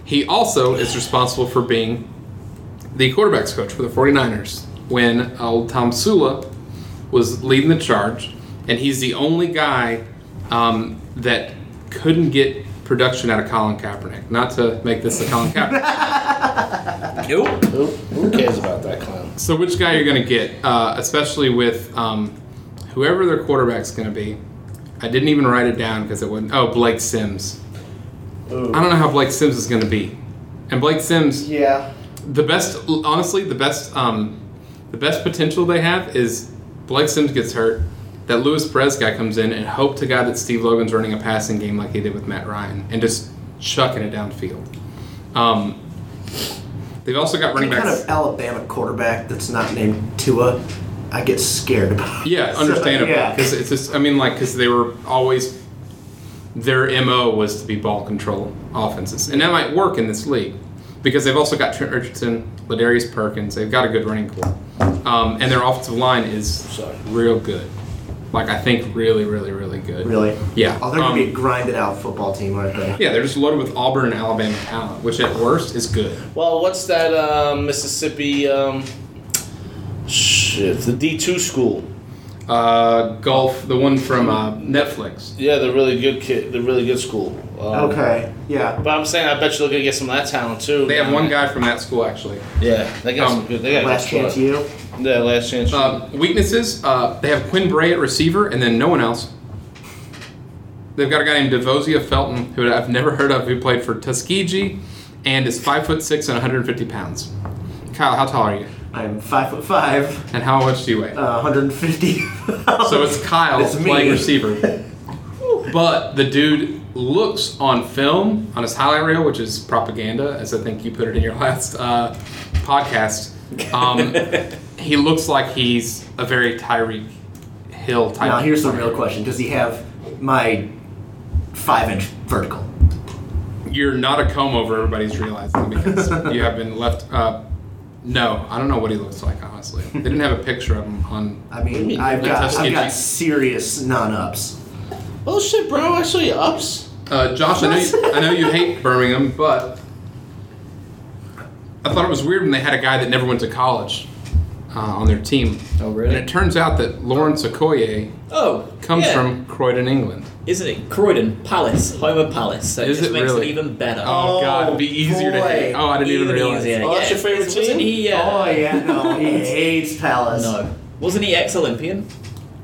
A: He also is responsible for being the quarterbacks coach for the 49ers when old Tom Sula was leading the charge, and he's the only guy um, that couldn't get production out of Colin Kaepernick. Not to make this a Colin Kaepernick.
D: Nope.
C: Who, who cares about that clown?
A: So which guy you're going to get, uh, especially with um, whoever their quarterback's going to be? I didn't even write it down because it wasn't. Oh, Blake Sims. I don't know how Blake Sims is going to be, and Blake Sims,
B: Yeah.
A: the best, honestly, the best, um, the best potential they have is Blake Sims gets hurt, that Lewis Perez guy comes in, and hope to God that Steve Logan's running a passing game like he did with Matt Ryan and just chucking it downfield. Um, they've also got running
B: Any kind
A: backs.
B: of Alabama quarterback that's not named Tua, I get scared about.
A: *laughs*
B: *laughs*
A: Yeah,
B: So,
A: understandable.
B: yeah.
A: Because it's just, I mean, like, because they were always, their MO was to be ball control offenses. And that might work in this league because they've also got Trent Richardson, Ladarius Perkins. They've got a good running core. Um, and their offensive line is
C: Sorry.
A: real good. Like, I think really, really, really good.
B: Really?
A: Yeah.
B: Oh, they're gonna
A: um,
B: be a grinded out football team, aren't they?
A: yeah, they're just loaded with Auburn and Alabama talent, which at worst is good.
C: Well, what's that um, Mississippi? Um, shit, the D two school.
A: Uh, golf, the one from uh, Netflix.
C: Yeah, the really good kid. The really good school.
B: *laughs*
C: Um,
B: Okay. Yeah.
C: But I'm saying, I bet you they're gonna get some of that talent too.
A: They have one guy from that school, actually.
C: Yeah, they got
A: Um,
C: some good. They got a
B: Last
C: good
B: chance,
C: squad.
B: you.
C: Yeah, last chance.
A: Uh, weaknesses: uh, they have Quinn Bray at receiver, and then no one else. They've got a guy named Devosia Felton, who I've never heard of, who played for Tuskegee, and is five foot six and 150 pounds. Kyle, how tall are you,
B: I'm five foot five,
A: and how much do you weigh?
B: uh, 150.
A: so it's Kyle
B: It's me.
A: playing
B: *laughs*
A: receiver. But the dude looks on film on his highlight reel, which is propaganda, as I think you put it in your *laughs* last uh, podcast.
B: *laughs*
A: Um, he looks like he's a very Tyreek Hill type.
B: Now here's the real question: Does he have my five inch vertical?
A: You're not a comb over. Everybody's realizing
B: *laughs*
A: because you have been left. Uh, no, I don't know what he looks like. Honestly, they didn't have a picture of him on.
B: I mean, I've
A: That's
B: got
A: how
B: I've
A: skinny.
B: got serious non ups.
C: oh shit, bro! I saw you ups.
A: Uh, Josh, I know, you, I know you hate Birmingham, but I thought it was weird when they had a guy that never went to college uh, on their team.
C: Oh
A: And it turns out that Lawrence Okoye
D: Oh,
A: comes
D: yeah.
A: from Croydon, England.
D: Isn't it Croydon Palace, home of Palace? So
A: Is
D: it just
A: it
D: makes
A: really?
D: it even better.
A: Oh,
B: Oh,
A: God, it'd be easier to hate.
B: boy.
A: Oh, I didn't even, realize.
D: easier.
C: Oh, that's your favorite
D: Wasn't
C: team?
D: he? Uh,
B: Oh yeah,
D: *laughs*
B: no, he hates Palace.
D: No. Wasn't he ex-Olympian?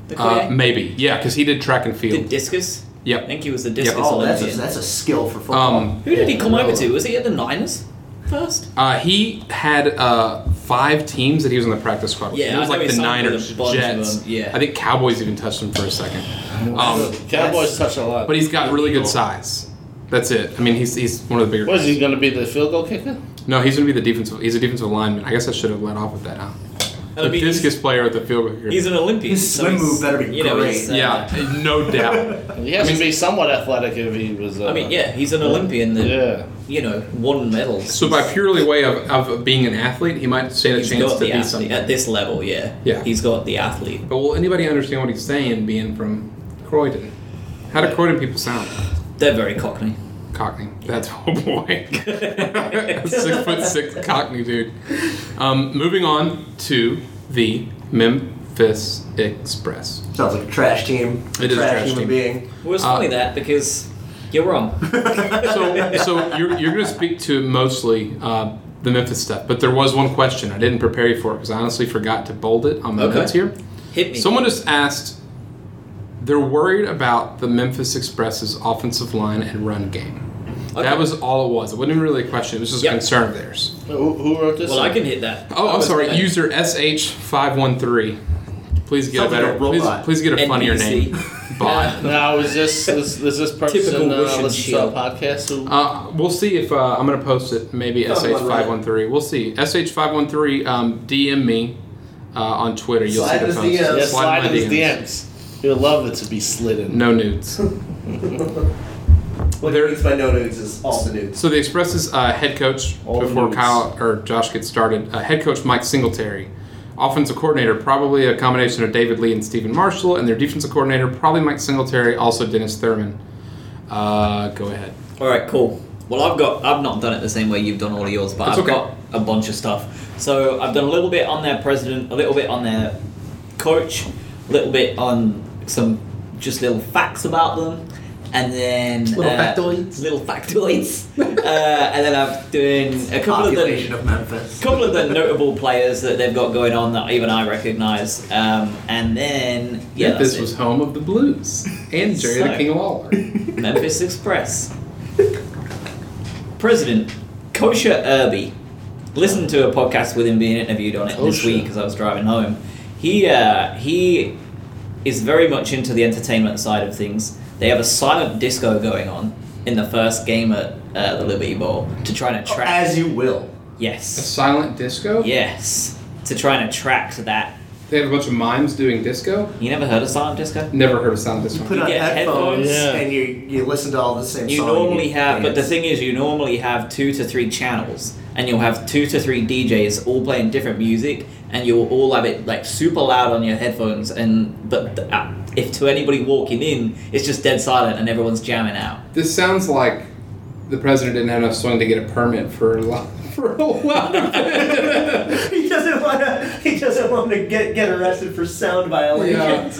D: The
A: Uh,
D: Koye?
A: maybe, yeah, because he did track and
D: Did
A: field.
D: discus? I
A: Yep.
D: think he was the discus
B: Oh, that's a,
D: Olympian.
B: that's a skill for football.
A: Um,
D: Who did he come over
B: No.
D: to? Was he at the Niners first?
A: Uh, he had uh, five teams that he was in the practice squad with.
D: Yeah,
A: it was
D: I know
A: like
D: he
A: the
D: signed with
A: Niners,
D: a bunch of
A: Jets.
D: them, yeah.
A: I think Cowboys even touched him for a second. Um,
C: Cowboys
B: That's-
C: touch a lot.
A: but he's got really good size. That's it. I mean, he's, he's one of the bigger.
C: What is he gonna be the field goal kicker?
A: No, he's gonna be the defensive. He's a defensive lineman. I guess I should have let off with that, huh?
D: That'd
A: The
D: be-
A: discus player at the field. goal kicker.
D: He's an Olympian.
B: His
D: so
B: swim
D: he's-
B: move better be
D: you know,
B: great.
D: he's, uh,
A: yeah, no doubt.
D: *laughs*
C: He has
A: I mean-
C: to be somewhat athletic if he was. Uh,
D: I mean, yeah, he's an Olympian that,
C: Yeah.
D: you know, won medals.
A: So by purely way of, of being an athlete, he might stand a
D: he's
A: chance
D: got
A: to
D: the
A: be
D: athlete.
A: something.
D: At this level, yeah.
A: Yeah.
D: He's got the athlete.
A: But will anybody understand what he's saying being from Croydon? How do Croydon people sound?
D: They're
A: *laughs*
D: very cockney. *laughs*
A: Cockney. That's oh *laughs* boy. six foot six Cockney dude. Um, moving on to the Memphis Express.
B: Sounds like a trash team.
A: It is a trash
B: human
A: team.
B: being.
D: Well, it's
A: Uh,
D: funny that because you're
A: *laughs*
D: wrong.
A: So, so you're, you're going to speak to mostly uh, the Memphis stuff, but there was one question I didn't prepare you for because I honestly forgot to bold it on my
D: Okay.
A: notes here.
D: Hit me.
A: Someone just asked. They're worried about the Memphis Express's offensive line and run game. That
D: Okay.
A: was all it was. It wasn't even really a question. It was just
D: Yep.
A: a concern of theirs.
C: Who, who wrote this?
D: Well, I can hit that.
A: Oh,
D: That
A: I'm
D: was
A: sorry.
D: the-
A: User SH513. Please get
B: Sounds
A: a
B: like a
A: better. please,
B: robot.
A: please get a funnier
D: NPC.
A: name. Bot.
C: Now is this is, is this person
D: Typical
C: uh,
D: Wish and
C: listens to our
D: Shield.
C: podcast? Who,
A: Uh, we'll see if uh, I'm gonna post it. Maybe
B: Sounds about right.
A: SH513. We'll see. SH513. Um, DM me uh, on Twitter. You'll
B: Slide
A: see the
B: us
A: post.
B: DMs.
C: yeah,
B: Yes,
A: Slide
C: slide
A: my
C: in his
A: DMs.
C: DMs. He'll love it to be slid in.
A: No nudes.
B: What
A: There-
B: there, means by no nudes is all the nudes.
A: So the Express's uh, head coach
C: All the
A: before
C: notes.
A: Kyle or Josh gets started, uh, head coach Mike Singletary, offensive coordinator probably a combination of David Lee and Stephen Marshall, and their defensive coordinator probably Mike Singletary, also Dennis Thurman. Uh, go ahead.
D: All right, cool. Well, I've got I've not done it the same way you've done all of yours, but
A: That's
D: I've
A: okay.
D: got a bunch of stuff. So I've done a little bit on their president, a little bit on their coach, a little bit on some just little facts about them, and then
B: Little
D: uh,
B: factoids.
D: little factoids, *laughs* uh, and then I've doing a couple of the
B: Population of Memphis.
D: couple of the notable players that they've got going on that even I recognise, um, and then yeah, that's
A: Memphis
D: it.
A: was home of the Blues and Jerry the
D: So-
A: King Lawler.
D: Memphis Express. President Kosher Irby. Listened to a podcast with him being interviewed on it this
C: Kosher.
D: week as I was driving home. He uh, he is very much into the entertainment side of things. They have a silent disco going on in the first game at uh, the Liberty Bowl to try and attract.
B: As you will.
A: A
D: yes,
A: silent
D: *laughs*
A: disco?
D: yes, to try and attract that.
A: They have a bunch of mimes doing disco?
D: You never heard of silent disco?
A: Never heard of silent
B: You
A: disco.
B: put on
D: get
B: headphones
C: headphones. Yeah.
B: and you, you listen to all the same
D: You
B: song.
D: normally have, but the
B: dance.
D: thing is, you normally have two to three channels, and you'll have two to three DJs all playing different music, and you'll all have it like super loud on your headphones. And but uh, if to anybody walking in, it's just dead silent, and everyone's jamming out.
A: This sounds like the president didn't have enough swing to get a permit for a lot, *laughs* for a lot of it.
B: *laughs* He doesn't want to. He doesn't want to get get arrested for sound violations.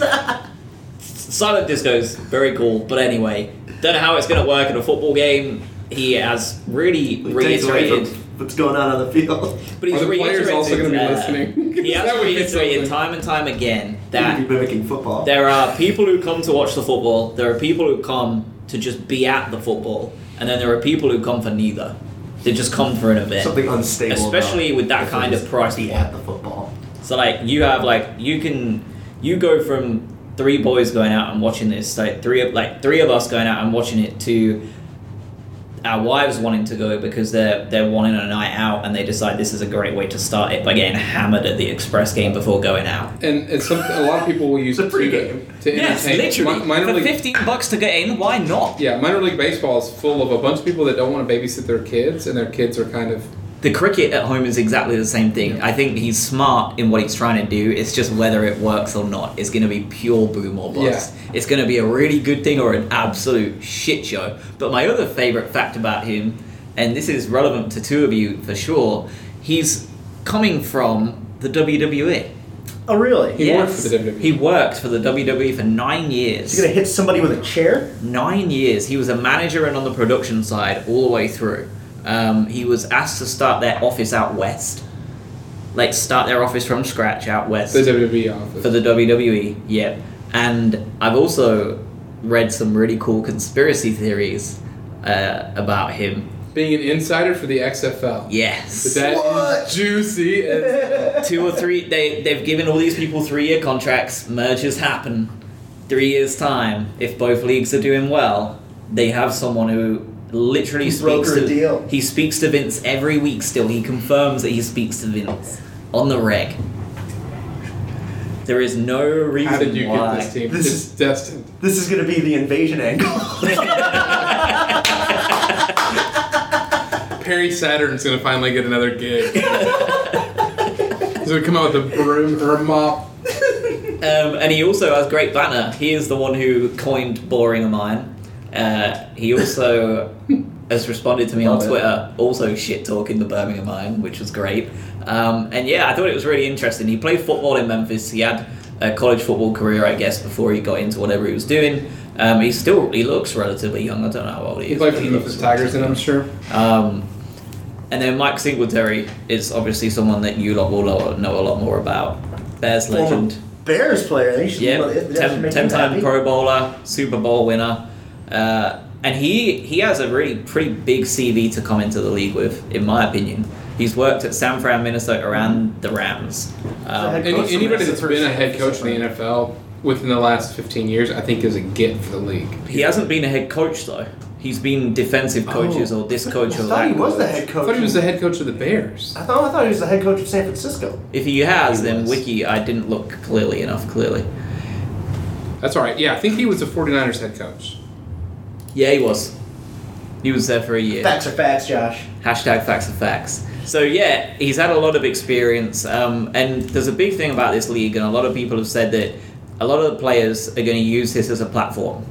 B: *laughs*
D: Silent disco is very cool, but anyway, don't know how it's gonna work in a football game. He has really
B: It takes away
D: reiterated,
B: from what's going on on the field. *laughs*
D: but he's
A: Are the players
D: reiterated.
A: also going to be
D: uh,
A: listening?
D: He
A: *laughs*
D: has
A: That would be
D: reiterated
A: something.
D: time and time again that
B: You'd be mimicking football.
D: There are people who come to watch the football. There are people who come to just be at the football, and then there are people who come for neither. They just come for an event.
B: Something unstable.
D: Especially
B: about
D: with that
B: if
D: kind
B: it's
D: of price
B: Be
D: point.
B: at the football.
D: So like you have like you can you go from three boys going out and watching this like three of like three of us going out and watching it to our wives wanting to go because they're they're wanting a night out and they decide this is a great way to start it by getting hammered at the express game before going out.
A: And it's some, a lot of people will use
B: It's a
A: it
B: free
A: too to,
B: game.
A: to entertain.
D: Yes, literally.
A: Mi- minor
D: for
A: league,
D: fifteen bucks to get in, why not?
A: yeah, minor league baseball is full of a bunch of people that don't want to babysit their kids, and their kids are kind of.
D: The cricket at home is exactly the same thing. I think he's smart in what he's trying to do. It's just whether it works or not. It's going to be pure boom or bust. It's going to be a really good thing or an absolute shit show. But my other favorite fact about him, and this is relevant to two of you for sure, he's coming from the WWE.
B: Oh really?
A: He worked for the E. WWE.
D: He worked for the WWE for nine years.
B: He's gonna hit somebody with a chair.
D: nine years. He was a manager and on the production side all the way through. Um, he was asked to start their office out west. Like start their office from scratch out west
A: The WWE office.
D: for the WWE. Yep. And I've also read some really cool conspiracy theories uh, about him.
A: Being an insider for the XFL.
D: Yes.
A: But that is
B: What?
A: juicy. as-
B: *laughs*
D: two or three they they've given all these people three year contracts mergers happen three years time if both leagues are doing well they have someone who literally speaks
B: Broker a
D: to
B: deal.
D: he speaks to vince every week still he confirms that he speaks to vince on the reg there is no reason
A: How did you
D: why.
A: get this team?
B: This
A: it's
B: is-
A: destined.
B: This is gonna be the invasion angle. *laughs*
A: Perry Saturn's gonna finally get another gig. He's gonna come out with a broom or a mop.
D: Um, and he also has great banner. He is the one who coined "boring a mine." Uh, he
A: *laughs*
D: also has responded to me on
B: Love it.
D: Twitter, also shit talking the Birmingham Iron, which was great. Um, and yeah, I thought it was really interesting. He played football in Memphis. He had a college football career, I guess, before he got into whatever he was doing. Um, he still he looks relatively young. I don't know how old he is.
A: He played
D: but
A: for the
D: he looks
A: Memphis Tigers, and I'm sure.
D: um, and then Mike Singletary is obviously someone that you lot will lo- know a lot more about. Bears legend.
B: Former Bears player. They should,
D: Yeah,
B: they should
D: ten,
B: make
D: ten
B: him
D: time
B: happy.
D: Pro Bowler, Super Bowl winner, uh, and he he has a really pretty big CV to come into the league with, in my opinion. He's worked at San Fran, Minnesota, and the Rams. Um,
B: head-
A: Any,
B: Coach for
A: anybody
B: Memphis
A: that's
B: the
A: been a
B: first-
A: head coach in the NFL within the last 15 years, I think, is a get for the league.
D: he hasn't been a head coach though. He's been defensive coaches
A: Oh.
D: or this
B: I
D: coach or
B: thought
D: that.
B: he was the
D: coach.
B: head
A: I
B: coach.
A: thought he was the head coach of the Bears.
B: I thought I thought he was the head coach of San Francisco.
D: If he has,
A: He
D: then
A: was.
D: Wiki, I didn't look clearly enough. Clearly,
A: That's all right. Yeah, I think he was the 49ers head coach.
D: Yeah, he was. He was there for a year.
B: Facts are facts, Josh.
D: Hashtag facts are facts. So yeah, he's had a lot of experience, um, and there's a big thing about this league, and a lot of people have said that a lot of the players are going to use this as a platform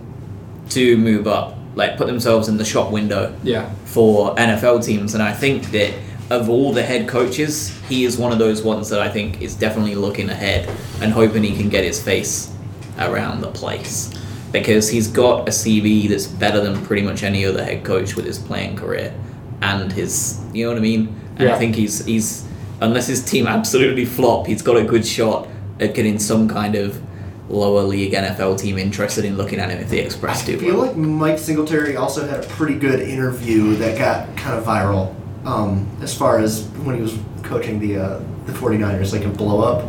D: to move up, like put themselves in the shop window
A: Yeah.
D: for NFL teams, and I think that of all the head coaches, he is one of those ones that I think is definitely looking ahead and hoping he can get his face around the place because he's got a CV that's better than pretty much any other head coach with his playing career and his, you know what I mean? And
A: Yeah.
D: I think he's he's unless his team absolutely flop, he's got a good shot at getting some kind of lower league NFL team interested in looking at him if the Express do
B: I feel
D: well.
B: like Mike Singletary also had a pretty good interview that got kind of viral um, as far as when he was coaching the uh, the 49ers, like a blow up,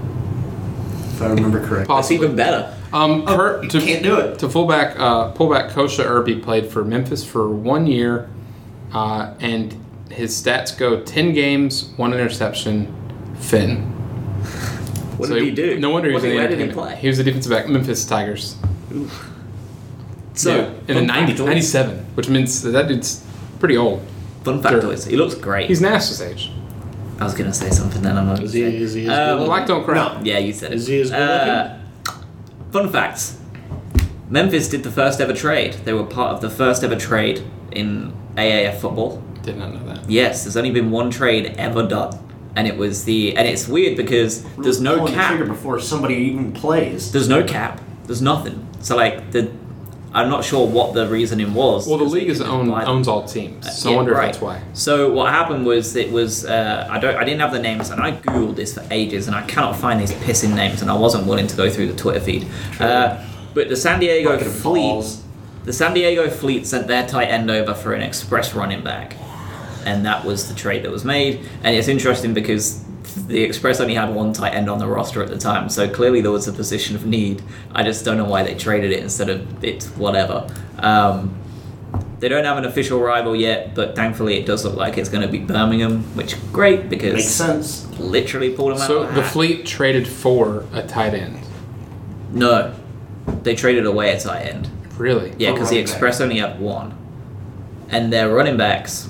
B: if I remember correctly.
D: That's even better.
A: Um, Kurt, to,
B: Can't do it.
A: to fullback, uh, pullback Kosha Irby played for Memphis for one year, uh, and his stats go 10 games, one interception, Finn.
D: What
A: So
D: did he do?
A: No wonder he
D: What
A: was in
D: did-
A: the
D: Where did he
A: entertainment.
D: play?
A: He was a defensive back, Memphis Tigers.
D: So,
A: in the
D: fun
A: 90,
D: factoids.
A: 97, which means that, that dude's pretty old.
D: Fun fact
A: Sure.
D: is, he looks great.
A: He's Nash's age.
D: I was going to say something then. I'm not
C: Is he-
D: gonna say.
C: is he as
D: Um,
A: Well, Black don't cry.
B: No.
D: Yeah, you said it.
C: Is he as good
D: Uh, fun facts. Memphis did the first ever trade. They were part of the first ever trade in AAF football.
A: Did not know that.
D: Yes, there's only been one trade ever done, and it was the and it's weird because there's no
B: Pulling the trigger
D: cap.
B: before somebody even plays.
D: There's no cap. There's nothing. So like the, I'm not sure what the reasoning was.
A: Well, the
D: Because they
A: league is
D: didn't
A: own,
D: buy them.
A: owns all teams, so I
D: Uh, Yeah,
A: wonder
D: right.
A: if that's why.
D: So what happened was it was uh, I don't I didn't have the names and I googled this for ages and I cannot find these pissing names and I wasn't willing to go through the Twitter feed. Uh, but the San Diego
B: Fucking
D: Fleet,
B: balls.
D: the San Diego Fleet sent their tight end over for an express running back, and that was the trade that was made. And it's interesting because the Express only had one tight end on the roster at the time, so clearly there was a position of need. I just don't know why they traded it instead of it's whatever. Um, they don't have an official rival yet, but thankfully it does look like it's going to be Birmingham, which great because
B: Makes sense.
D: literally pulled them out.
A: So
D: of
A: the
D: hat.
A: fleet traded for a tight end.
D: No, they traded away a tight end.
A: Really?
D: Yeah,
B: For
D: because the
B: running back.
D: Express only had one, and their running backs,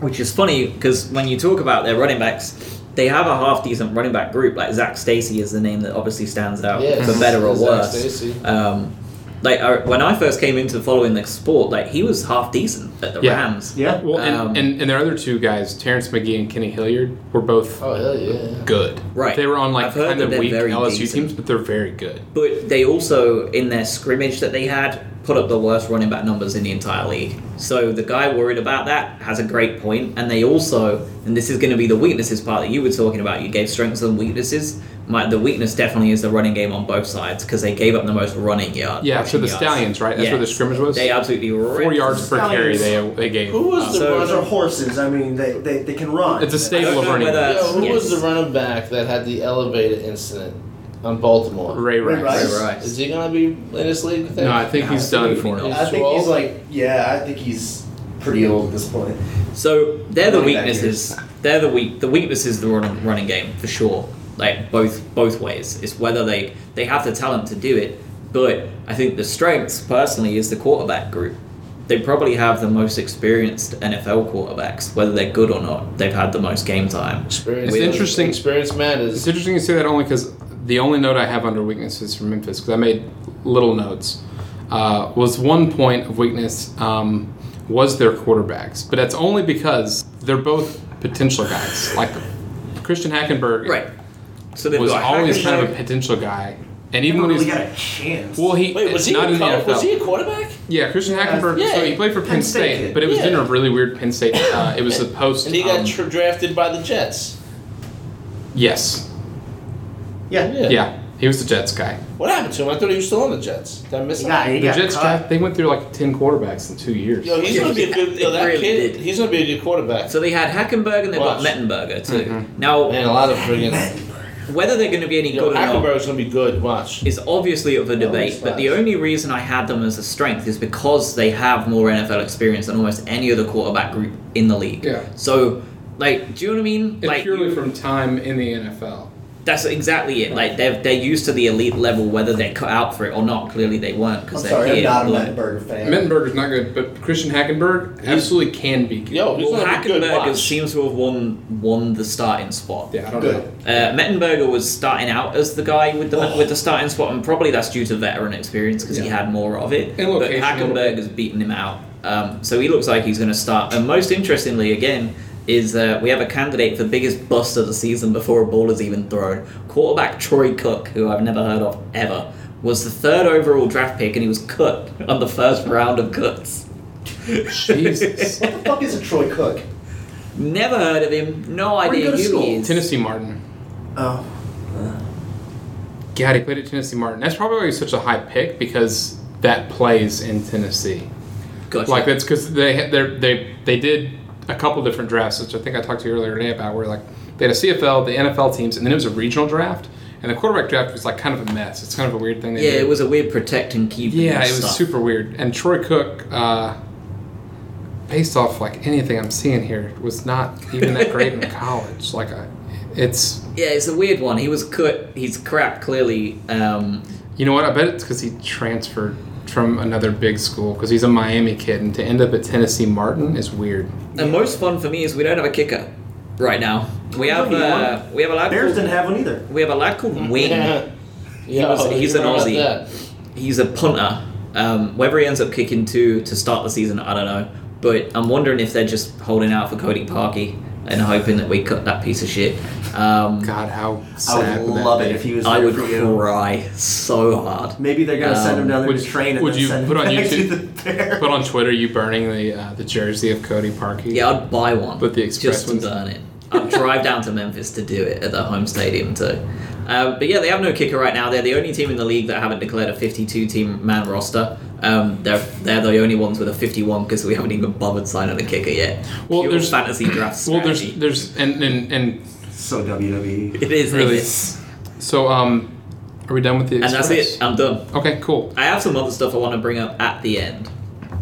D: which is funny because when you talk about their running backs, they have a half decent running back group. Like Zach Stacy is the name that obviously stands out
C: Yes,
D: for better or
C: Zach
D: worse.
C: Stacy.
D: Um, like I, when I first came into following the sport, like he was half decent at the
A: Yeah.
D: Rams.
B: Yeah.
A: Well, and,
D: Um,
A: and, and their other two guys, Terrence McGee and Kenny Hilliard, were both
C: Oh hell yeah!
A: good.
D: Right.
A: They were on
D: I've
A: like
D: heard
A: kind
D: that
A: of
D: they're
A: weak
D: very
A: LSU
D: decent.
A: teams, but they're very good.
D: But they also, in their scrimmage that they had, put up the worst running back numbers in the entire league. So the guy worried about that has a great point. And they also, and this is going to be the weaknesses part that you were talking about, you gave strengths and weaknesses. My, the weakness definitely is the running game on both sides because they gave up the most running yards.
A: Yeah, so the
D: yards.
A: Stallions, right? That's where the scrimmage was?
D: They absolutely
A: Four
D: ripped
A: yards per carry they, they gave.
C: Who was the
D: So-
B: Those are
C: runner?
B: horses. I mean, they, they, they can run.
A: It's a
D: I
A: stable
D: don't
A: of
D: know
A: running
D: whether-
A: backs.
C: Yo, who
D: Yes.
C: was the running back that had the elevator incident on Baltimore?
A: Ray
B: Ray
A: Rice.
B: Rice.
D: Ray Rice.
C: Is he gonna be in this league? you think?
A: No, I think he's done for.
D: Absolutely
A: it.
D: not.
B: I think he's
C: Well-
B: like, yeah, I think he's pretty old at this point.
D: So they're the
B: Running back
D: weaknesses. They're the weak. The weakness is the running, running game for sure. Like both both ways. It's whether they they have the talent to do it, but I think the strength personally is the quarterback group. They probably have the most experienced NFL quarterbacks, whether they're good or not. They've had the most game time.
C: Experience.
A: It's interesting-
C: Experience
A: It's
C: matters.
A: interesting you say that only because the only note I have under weaknesses from Memphis, because I made little notes, uh, was one point of weakness um, was their quarterbacks, but that's only because they're both potential guys. Like Christian Hackenberg
D: Right. So they've
A: was
D: got
A: always
D: Hackenberg-
A: kind of a potential guy, and
B: He
A: even when
B: really
A: he's
B: got a chance.
A: well, he
C: Wait,
A: it's
C: was he,
A: not
C: a
A: in the
C: col-
A: NFL.
C: was he a quarterback?
A: Yeah, Christian Hackenberg.
C: Yeah.
A: so he played for Penn,
B: Penn State
A: State,
B: kid.
A: but it was
C: Yeah.
A: in a really weird Penn State. Uh, it was the post.
C: And he got
A: um,
C: tr drafted by the Jets.
A: yes,
B: yeah.
A: yeah. he was the Jets guy.
C: What happened to him? I thought he was still on the Jets. Did I miss
B: He
C: him?
B: got, he
A: The
B: got
A: Jets
B: cut.
A: guy. They went through like ten quarterbacks in two years.
C: Yo, he's
D: Yeah,
C: gonna be a good. Yo,
D: he
C: that
D: really
C: kid,
D: did.
C: he's gonna be a good quarterback.
D: So they had Hackenberg and they've got
C: Watch.
D: Mettenberger too. Now,
C: Man, a lot of
D: *laughs*
C: friggin'
D: whether they're going to be any
C: Mm-hmm. Yo,
D: good or not,
C: Hackenberg's gonna be good. Watch.
D: is obviously up for debate,
C: it's
D: but the
C: fast.
D: only reason I had them as a strength is because they have more NFL experience than almost any other quarterback group in the league.
A: Yeah.
D: So, like, do you know what I mean?
A: It's
D: like,
A: purely
D: you-
A: from time in the NFL.
D: That's exactly it. Like they're they're used to the elite level, whether they're cut out for it or not. Clearly, they weren't
B: I'm
D: because they're
B: sorry, I'm
D: here.
B: not a
D: Like-
B: Mettenberger fan.
A: Mettenberger's not good, but Christian Hackenberg absolutely can be. good.
C: Yo, he's
D: well,
C: not a good
D: Hackenberg
C: watch.
D: seems to have won won the starting spot.
A: Yeah, I don't
B: Good.
A: know.
D: Uh, Mettenberger was starting out as the guy with the with the starting spot, and probably that's due to veteran experience because he
A: Oh. Yeah.
D: had more of it.
A: And
D: but
A: location a little
D: Hackenberg
A: bit.
D: has beaten him out, um, so he looks like he's going to start. And most interestingly, again, is uh, we have a candidate for biggest bust of the season before a ball is even thrown. Quarterback Troy Cook, who I've never heard of ever, was the third overall draft pick, and he was cut on the first round of cuts. *laughs*
A: Jesus.
B: What the fuck is a Troy Cook?
D: Never heard of him. No
B: Where'd he
D: idea
B: go to
D: who
B: school?
D: he is.
A: Tennessee Martin.
B: Oh,
A: God, he played at Tennessee Martin. That's probably why he's such a high pick because that plays in Tennessee.
D: Gotcha.
A: Like that's because they they they they did a couple different drafts, which I think I talked to you earlier today about. Where like they had a CFL, the NFL teams, and then it was a regional draft, and the quarterback draft was like kind of a mess. It's kind of a weird thing. They
D: yeah,
A: did.
D: it was a weird protect and keep.
A: Yeah,
D: and
A: it was
D: stuff.
A: super weird. And Troy Cook, uh, based off like anything I'm seeing here, was not even that great
B: *laughs*
A: in college. Like, I, it's
D: Yeah, it's a weird one. He was cut. He's crap, clearly. Um,
A: you know what? I bet it's because he transferred from another big school because he's a Miami kid, and to end up at Tennessee Martin is weird.
D: And most fun for me is we don't have a kicker right now. We
B: Oh,
D: have
B: you
D: uh,
B: want-
D: we have a lad
B: Bears
D: called,
B: didn't have one either.
D: we have a lad
B: *laughs*
D: called
C: *laughs*
D: Wing.
C: Yeah. Yo,
D: was- he's
C: you
D: an
C: know about
D: Aussie.
C: that.
D: He's a punter. Um, whether he ends up kicking two to start the season, I don't know. But I'm wondering if they're just holding out for Cody Parkey and hoping that we cut that piece of shit. Um,
A: God, how
B: I
A: sad
B: would
A: would that
B: love
A: be?
B: it if he was there
D: I would
B: for you.
D: cry so hard.
B: Maybe they're gonna send him down there
A: Um, Would
B: to
A: you-
B: train and
A: would
B: then
A: you
B: send
A: put
B: him
A: on
B: back
A: YouTube?
B: to the Bears.
A: But on Twitter, you burning the uh, the jersey of Cody Parkey.
D: Yeah, I'd buy one.
A: But the
D: just
A: express
D: to
A: ones-
D: burn it. I'd drive down to Memphis to do it at their home stadium too. Um, but yeah, they have no kicker right now. They're the only team in the league that haven't declared a 52-team man roster. Um, they're they're the only ones with a 51 because we haven't even bothered signing a kicker yet.
A: Well,
D: Pure
A: there's-
D: fantasy draft.
A: Well, there's
D: strategy.
A: there's and and, and
B: so E. WWE.
D: it is
A: really.
D: it is.
A: So um, are we done with the?
D: and
A: Express?
D: that's it. I'm done.
A: Okay, cool.
D: I have some other stuff I want to bring up at the end,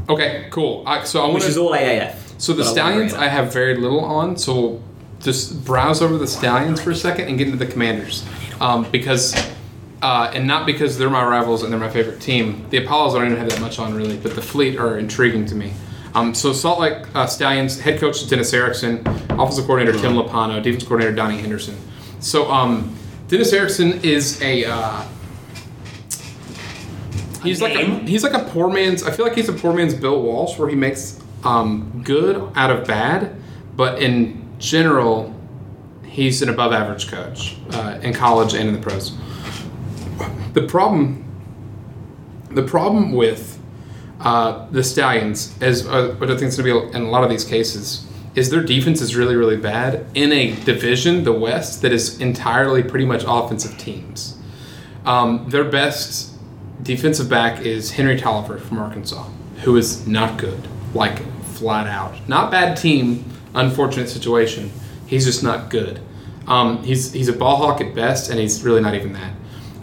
A: Okay, cool. I, so I want
D: which is
A: to.
D: all AAF.
A: So the
D: but I wanna bring
A: stallions,
D: it
A: I
D: up.
A: have very little on. So we'll just browse over the stallions for a second and get into the commanders, um, because. Uh, and not because they're my rivals and they're my favorite team. The Apollos I don't even have that much on really, but the Fleet are intriguing to me. Um, so Salt Lake uh, Stallions head coach is Dennis Erickson, offensive coordinator Tim
D: Uh-huh.
A: Lapano, defense coordinator Donnie Henderson. So um, Dennis Erickson is a uh, He's like a,
D: Name?
A: he's like a poor man's. I feel like he's a poor man's Bill Walsh, where he makes um, good out of bad, but in general, he's an above average coach uh, in college and in the pros. The problem, the problem with uh, the Stallions, as uh, what I think is going to be in a lot of these cases, is their defense is really really bad in a division, the West, that is entirely pretty much offensive teams. Um, their best defensive back is Henry Tolliver from Arkansas, who is not good, like flat out. Not bad team, unfortunate situation. He's just not good. Um, he's he's a ball hawk at best, and he's really not even that.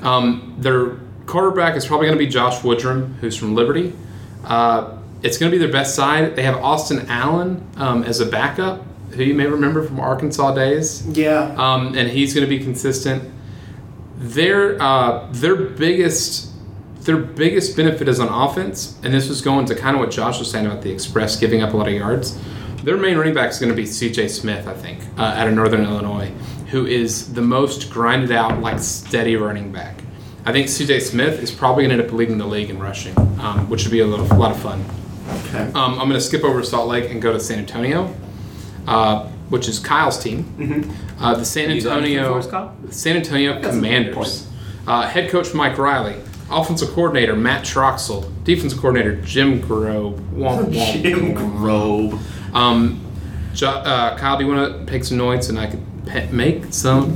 A: Um, their quarterback is probably going to be Josh Woodrum, who's from Liberty. Uh, it's going to be their best side. They have Austin Allen um, as a backup, who you may remember from Arkansas days
B: Yeah.
A: um, and he's going to be consistent. Their uh, their biggest their biggest benefit is on offense, and this was going to kind of what Josh was saying about the Express giving up a lot of yards. Their main running back is going to be C.J. Smith, I think, uh, out of Northern Illinois, who is the most grinded out, like steady running back. I think C.J. Smith is probably going to end up leading the league in rushing, um, which would be a, little, a lot of fun.
B: Okay.
A: Um, I'm going to skip over Salt Lake and go to San Antonio, uh, which is Kyle's team. Uh, the San
D: You got anything for
A: Antonio
D: us, Kyle?
A: San Antonio
B: Mm-hmm. a good
A: Commanders. Uh, head coach Mike Riley, offensive coordinator Matt Troxel, defensive coordinator Jim Grove.
B: *laughs*
A: Womp, womp.
B: Jim Grobe.
A: Um, jo- uh, Kyle, do you want to take some notes and I could pe- make some?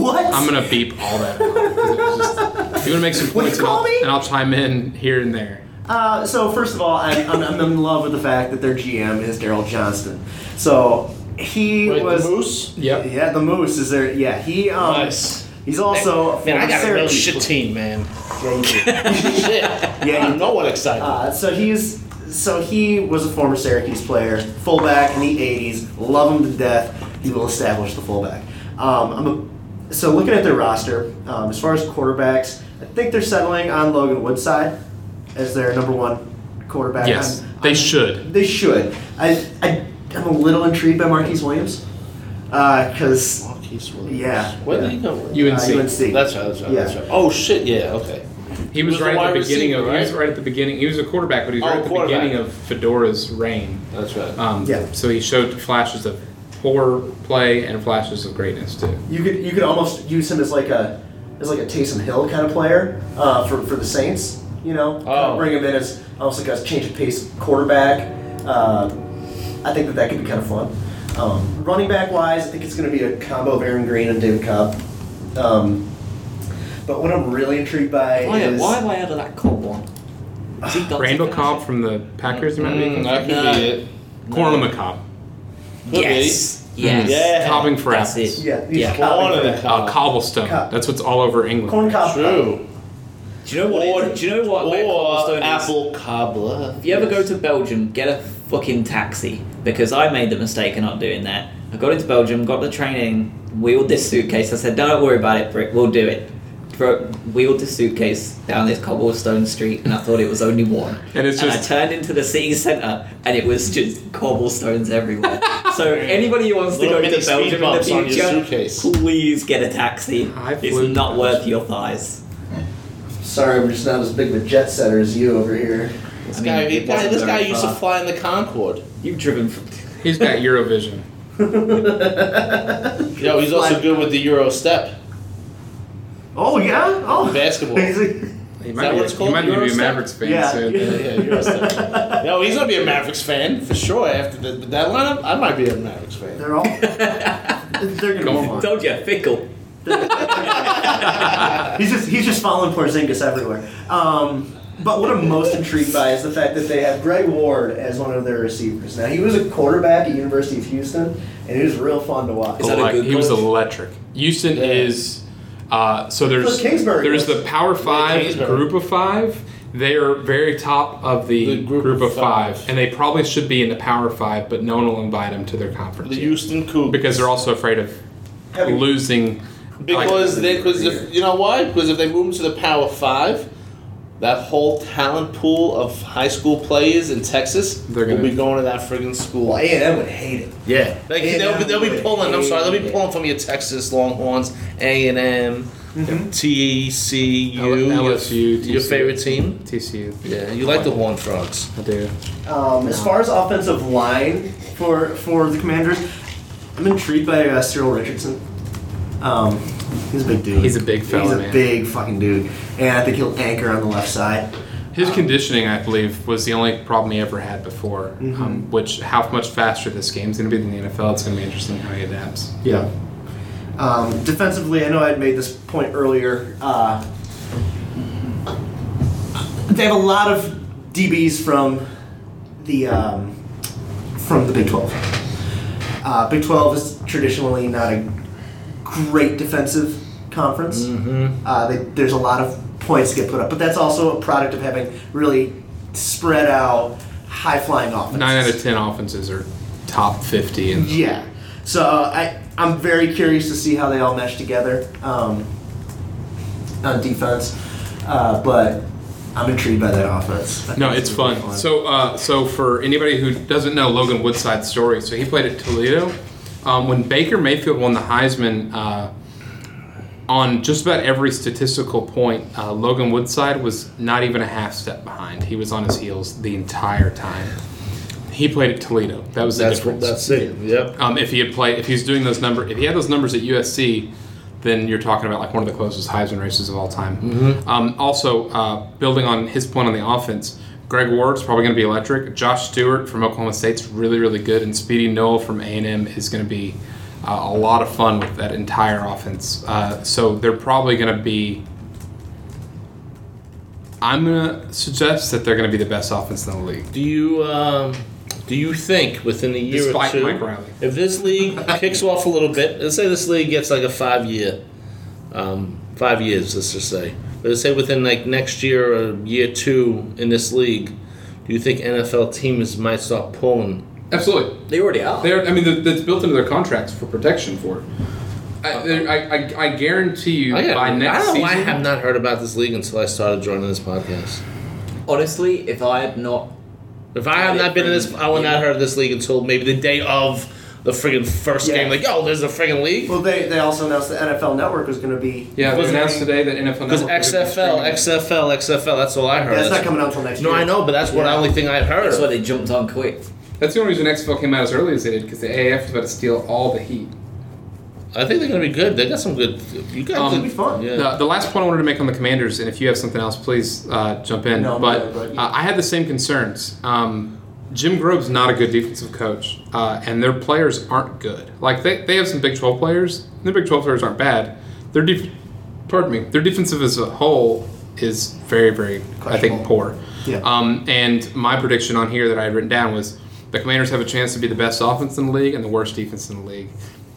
B: What?
A: I'm gonna beep all that.
B: *laughs*
A: out, 'cause it was just- you want to make some
B: What'd
A: points
B: you
A: and I'll,
B: call me?
A: and I'll chime in here and there.
B: Uh, so first of all, I'm, I'm, I'm in love with the fact that their GM is Daryl Johnston. So he
C: Wait,
B: was.
C: the moose?
A: Yep.
B: Yeah, the moose is there. Yeah, he. Um,
C: Nice.
B: He's also. a
C: Man, I
B: former
C: got a real
B: Syracuse
C: shit
B: player.
C: team, man.
B: Yeah, you did.
C: shit.
B: Yeah, you-
C: Yeah, no one excited.
B: Uh, so he's so he was a former Syracuse player, fullback in the '80s. Love him to death. He will establish the fullback. Um, I'm a so looking at their roster, um, as far as quarterbacks, I think they're settling on Logan Woodside as their number one quarterback.
A: Yes,
B: I'm-
A: they
B: I'm-
A: should.
B: They should. I, I, I'm a little intrigued by Marquise Williams uh, because
C: Marquise Williams.
B: Yeah.
C: Where
B: Yeah.
C: did he go? with?
A: You and-
B: uh,
A: UNC.
B: UNC.
C: That's right. That's right. That's
B: Yeah.
C: right. Oh shit! Yeah. Okay.
A: He was,
C: was a
A: right at
C: wide
A: the beginning of.
C: receiver,
A: He was
C: right?
A: right at the beginning. He was a quarterback, but he was
C: Oh,
A: right at the
C: quarterback.
A: beginning of Fedora's reign.
C: That's right.
A: Um,
B: Yeah.
A: So he showed flashes of poor play and flashes of greatness too.
B: You could you could almost use him as like a as like a Taysom Hill kind of player uh, for for the Saints. You know, Kinda
C: Oh.
B: bring him in as almost like a change of pace quarterback. Uh, I think that that could be kind of fun. Um, running back wise, I think it's going to be a combo of Aaron Green and David Cobb. Um, but what I'm really intrigued by
D: Why,
B: is
D: why am I out of that Cobb one? Has he got
A: Randall
D: taken
A: Cobb
D: out?
A: from the Packers, you might
C: Mm,
A: be.
C: that could
D: No.
C: be it.
A: Cornel McCobb.
C: Could
D: Uh, Yes. Yes.
C: Yeah.
A: Cobbing for
D: That's
A: apples.
D: it.
B: Yeah, he's
D: Yeah.
C: be. One
B: Cobb.
C: of the
A: Uh, cobblestone.
B: Cobb.
A: That's what's all over England.
B: corn cob.
C: True.
D: Do you know what?
C: Or-
D: it- do you know what? where
C: Or
D: cobblestone is?
C: apple cobbler.
D: If you ever go to Belgium, get a fucking taxi because I made the mistake of not doing that. I got into Belgium, got the training, wheeled this suitcase. I said, "Don't worry about it, Brick. We'll do it." Bro, wheeled the suitcase down this cobblestone street, and I thought it was only one.
A: And it's
D: I
A: just-
D: turned into the city centre, and it was just
A: *laughs*
D: cobblestones everywhere. so anybody who wants to
C: Little
D: go
C: mini
D: to
C: speed
D: Belgium in the
C: bumps on your
D: future,
C: suitcase.
D: please get a taxi.
A: I flew to
D: It's not
A: Belgium.
D: worth your thighs.
B: Sorry, I'm just not as big of a jet setter as you over here. *laughs*
C: This
D: I mean,
C: guy,
D: it
C: he-
D: wasn't
C: this guy
D: very
C: used to
D: far.
C: fly in the Concorde.
D: You've
A: *laughs*
D: driven. From-
A: He's got Eurovision.
C: Yo, he's also good with the Euro *laughs* step.
B: Oh yeah, *laughs* oh
C: Basketball.
A: He
C: that
A: might,
C: what it's
A: be, he
C: called?
A: might need to be a
C: Eurostep?
A: Mavericks fan
B: Yeah.
A: soon.
C: Yeah, Euro step. No, he's gonna be a Mavericks fan for sure. After the, that lineup, I might be a Mavericks fan.
B: *laughs* They're all. They're gonna
A: Go
B: move on.
D: Told you, fickle.
B: He's just he's just following Porzingis everywhere. Um, but what I'm most intrigued by is the fact that they have Greg Ward as one of their receivers. Now he was a quarterback at University of Houston, and he was real fun to watch.
D: Is that a
A: Elec-
D: good
A: he was
D: coach?
A: electric. Houston
C: Yeah.
A: is uh, so there's
B: Look, Kingsbury
A: there's
B: was-
A: the Power Five
C: Kingsbury.
A: group of five. They are very top of the,
C: The group
A: of
C: of
A: five.
C: five.
A: and they probably should be in the Power Five, but no one will invite them to their conference
C: The
A: yet.
C: Houston Cougars.
A: because they're also afraid of
B: Having-
A: losing.
C: Because
A: like,
C: they, because if you know why? Because if they move him to the Power Five, that whole talent pool of high school players in Texas
A: They're
C: will
A: gonna-
C: be going to that friggin' school.
B: Well, A and M would hate it.
C: Yeah, like,
B: A&M
C: they'll, be, they'll be
B: would
C: pulling. I'm sorry, they'll be
B: hate
C: pulling from your Texas Longhorns, A and M,
A: Mm-hmm.
C: TCU,
A: L-
C: your-
A: LSU,
C: your
A: TCU.
C: favorite team.
A: TCU.
C: Yeah, you like the Horn Frogs.
A: I do.
B: Um, as far as offensive line for for the Commanders, I'm intrigued by uh, Cyril Richardson. Um, he's a big dude.
A: He's a big fella,
B: He's a
A: man.
B: big fucking dude, and I think he'll anchor on the left side.
A: His conditioning, I believe, was the only problem he ever had before. Um, which how much faster this game's going to be than the NFL? It's going to be interesting how he adapts.
B: Yeah. Um, defensively, I know I had made this point earlier. Uh, they have a lot of DBs from the um, from the Big Twelve. Uh, Big Twelve is traditionally not a great defensive conference.
A: Mm-hmm.
B: Uh, they, there's a lot of points that get put up, but that's also a product of having really spread out, high flying offenses.
A: Nine out of ten offenses are top fifty in
B: Yeah. So uh, I I'm very curious to see how they all mesh together um, on defense, uh, but I'm intrigued by that offense. I
A: No,
B: think
A: it's
B: gonna be
A: fun. So, uh, so for anybody who doesn't know Logan Woodside's story, so he played at Toledo. Um, when Baker Mayfield won the Heisman, uh, on just about every statistical point, uh, Logan Woodside was not even a half step behind. He was on his heels the entire time. He played at Toledo. That was the
C: That's
A: difference.
C: that's it. Yep.
A: Um, if he had played, if he's doing those number, if he had those numbers at USC, then you're talking about like one of the closest Heisman races of all time. Um, also, uh, building on his point on the offense, Greg Ward's probably going to be electric. Josh Stewart from Oklahoma State's really, really good, and Speedy Noel from A&M is going to be uh, a lot of fun with that entire offense. Uh, so they're probably going to be. I'm going to suggest that they're going to be the best offense in the league.
C: Do you um, do you think within a year
A: Despite
C: or two,
A: Mike Riley.
C: if this league
A: *laughs*
C: kicks off a little bit, let's say this league gets like a five year, um, five years, let's just say, but let's say within like next year or year two in this league, do you think NFL teams might start pulling?
A: Absolutely.
D: They already are.
A: They're, I mean, th- that's built into their contracts for protection for it. I, I, I, I guarantee you
C: Oh, I,
A: by
C: I
A: next
C: don't know
A: season.
C: why I have not heard about this league until I started joining this podcast.
D: Honestly, if I had not
C: If I have not been in this, I would not have heard of this league until maybe the day of the friggin' first
B: Yeah.
C: game. Like, yo, there's a friggin' league.
B: Well, they, they also announced the NFL Network was going to be.
A: yeah, it was
C: Wasn't
A: announced
B: it-
A: today that NFL
C: Because
A: Network is gonna be
C: XFL,
A: streaming.
C: XFL, XFL. That's all I heard.
B: Yeah, that's not
C: That's-
B: coming out until next
C: No,
B: year.
C: I know, but that's what
B: Yeah.
C: the only thing I've heard.
D: That's why they jumped on quick.
A: That's the only reason XFL came out as early as they did because the AAF was about to steal all the heat.
C: I think they're gonna be good. They got some good. You got
A: Um,
C: good-
B: It'll be fun.
C: Yeah.
A: The, the last point I wanted to make on the commanders, and if you have something else, please uh, jump in.
B: No, I'm
A: but
B: good, but-
A: uh, I had the same concerns. Um, Jim Grove's not a good defensive coach, uh, and their players aren't good. Like they, they have some Big Twelve players. and Their Big Twelve players aren't bad. Their def- pardon me, their defensive as a whole is very very I think
B: Questionable.
A: poor.
B: Yeah.
A: Um, and my prediction on here that I had written down was the Commanders have a chance to be the best offense in the league and the worst defense in the league,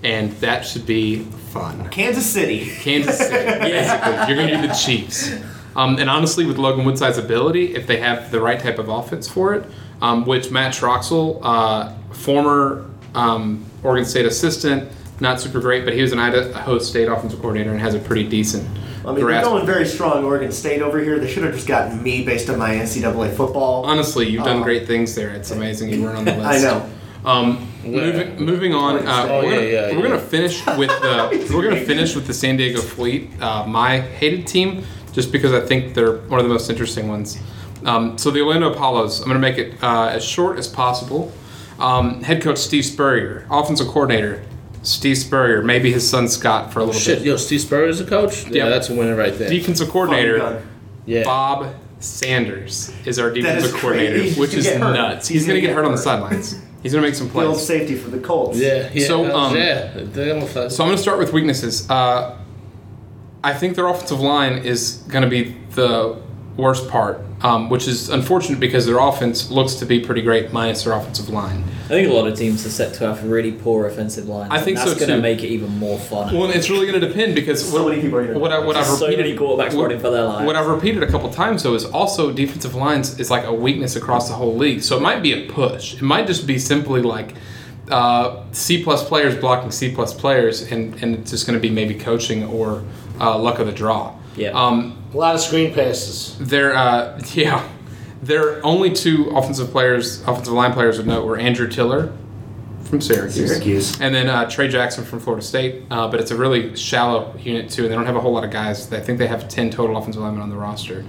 A: and that should be fun.
B: Kansas City.
A: Kansas City. basically. You're going to be the Chiefs. Um, and honestly, with Logan Woodside's ability, if they have the right type of offense for it, um, which Matt Troxel, uh, former um, Oregon State assistant, not super great, but he was an Idaho State offensive coordinator and has a pretty decent
B: I mean, they're
A: grasp.
B: going very strong. Oregon State over here. They should have just gotten me based on my NCAA football.
A: Honestly, you've done
B: Uh,
A: great things there. It's amazing you weren't on the
B: *laughs* I
A: list.
B: know.
A: Um, moving, moving on, uh,
B: Oh,
A: we're,
C: yeah,
A: gonna,
C: yeah,
A: we're
C: yeah.
A: gonna finish with
B: *laughs*
A: the we're gonna finish with the San Diego Fleet, uh, my hated team, just because I think they're one of the most interesting ones. Um, so the Orlando Apollos, I'm gonna make it uh, as short as possible. Um, head coach Steve Spurrier, offensive coordinator Steve Spurrier, maybe his son Scott for a little
C: Shit,
A: bit.
C: yo, Steve Spurrier's a coach. Yeah,
A: Yep.
C: that's a winner right there.
A: Defensive
B: Fun uh,
A: coordinator
B: gun.
C: yeah.
A: Bob Sanders is our defensive
B: is
A: coordinator,
B: crazy. He's
A: which
B: gonna
A: is
B: get hurt.
A: nuts. He's, gonna, get hurt on the sidelines. He's gonna make some
B: The old
A: plays.
B: safety for the Colts.
C: Yeah. yeah
A: So, um,
C: yeah. They almost had-
A: So I'm going to start with weaknesses. Uh, I think their offensive line is going to be the worst part, um, which is unfortunate because their offense looks to be pretty great minus their offensive line.
E: I think a lot of teams are set to have really poor offensive lines.
A: I think
E: and that's
A: so,
E: going
A: too.
E: to make it even more fun.
A: Well, and it's really going to depend because
B: So
A: what,
B: many people are gonna-
A: what, I, what I've
E: There's so
A: repeated,
E: many quarterbacks
A: what,
E: running for their lives.
A: What I've repeated a couple times though is also defensive lines is like a weakness across the whole league. So it might be a push. It might just be simply like uh, C plus players blocking C plus players, and and it's just going to be maybe coaching or uh, luck of the draw.
E: Yeah.
A: Um,
C: a lot of screen passes.
A: their uh, *laughs* yeah, their only two offensive players, offensive line players of note were Andrew Tiller from Syracuse,
B: Syracuse.
A: and then uh, Trey Jackson from Florida State. Uh, but it's a really shallow unit too, and they don't have a whole lot of guys. I think they have ten total offensive linemen on the roster,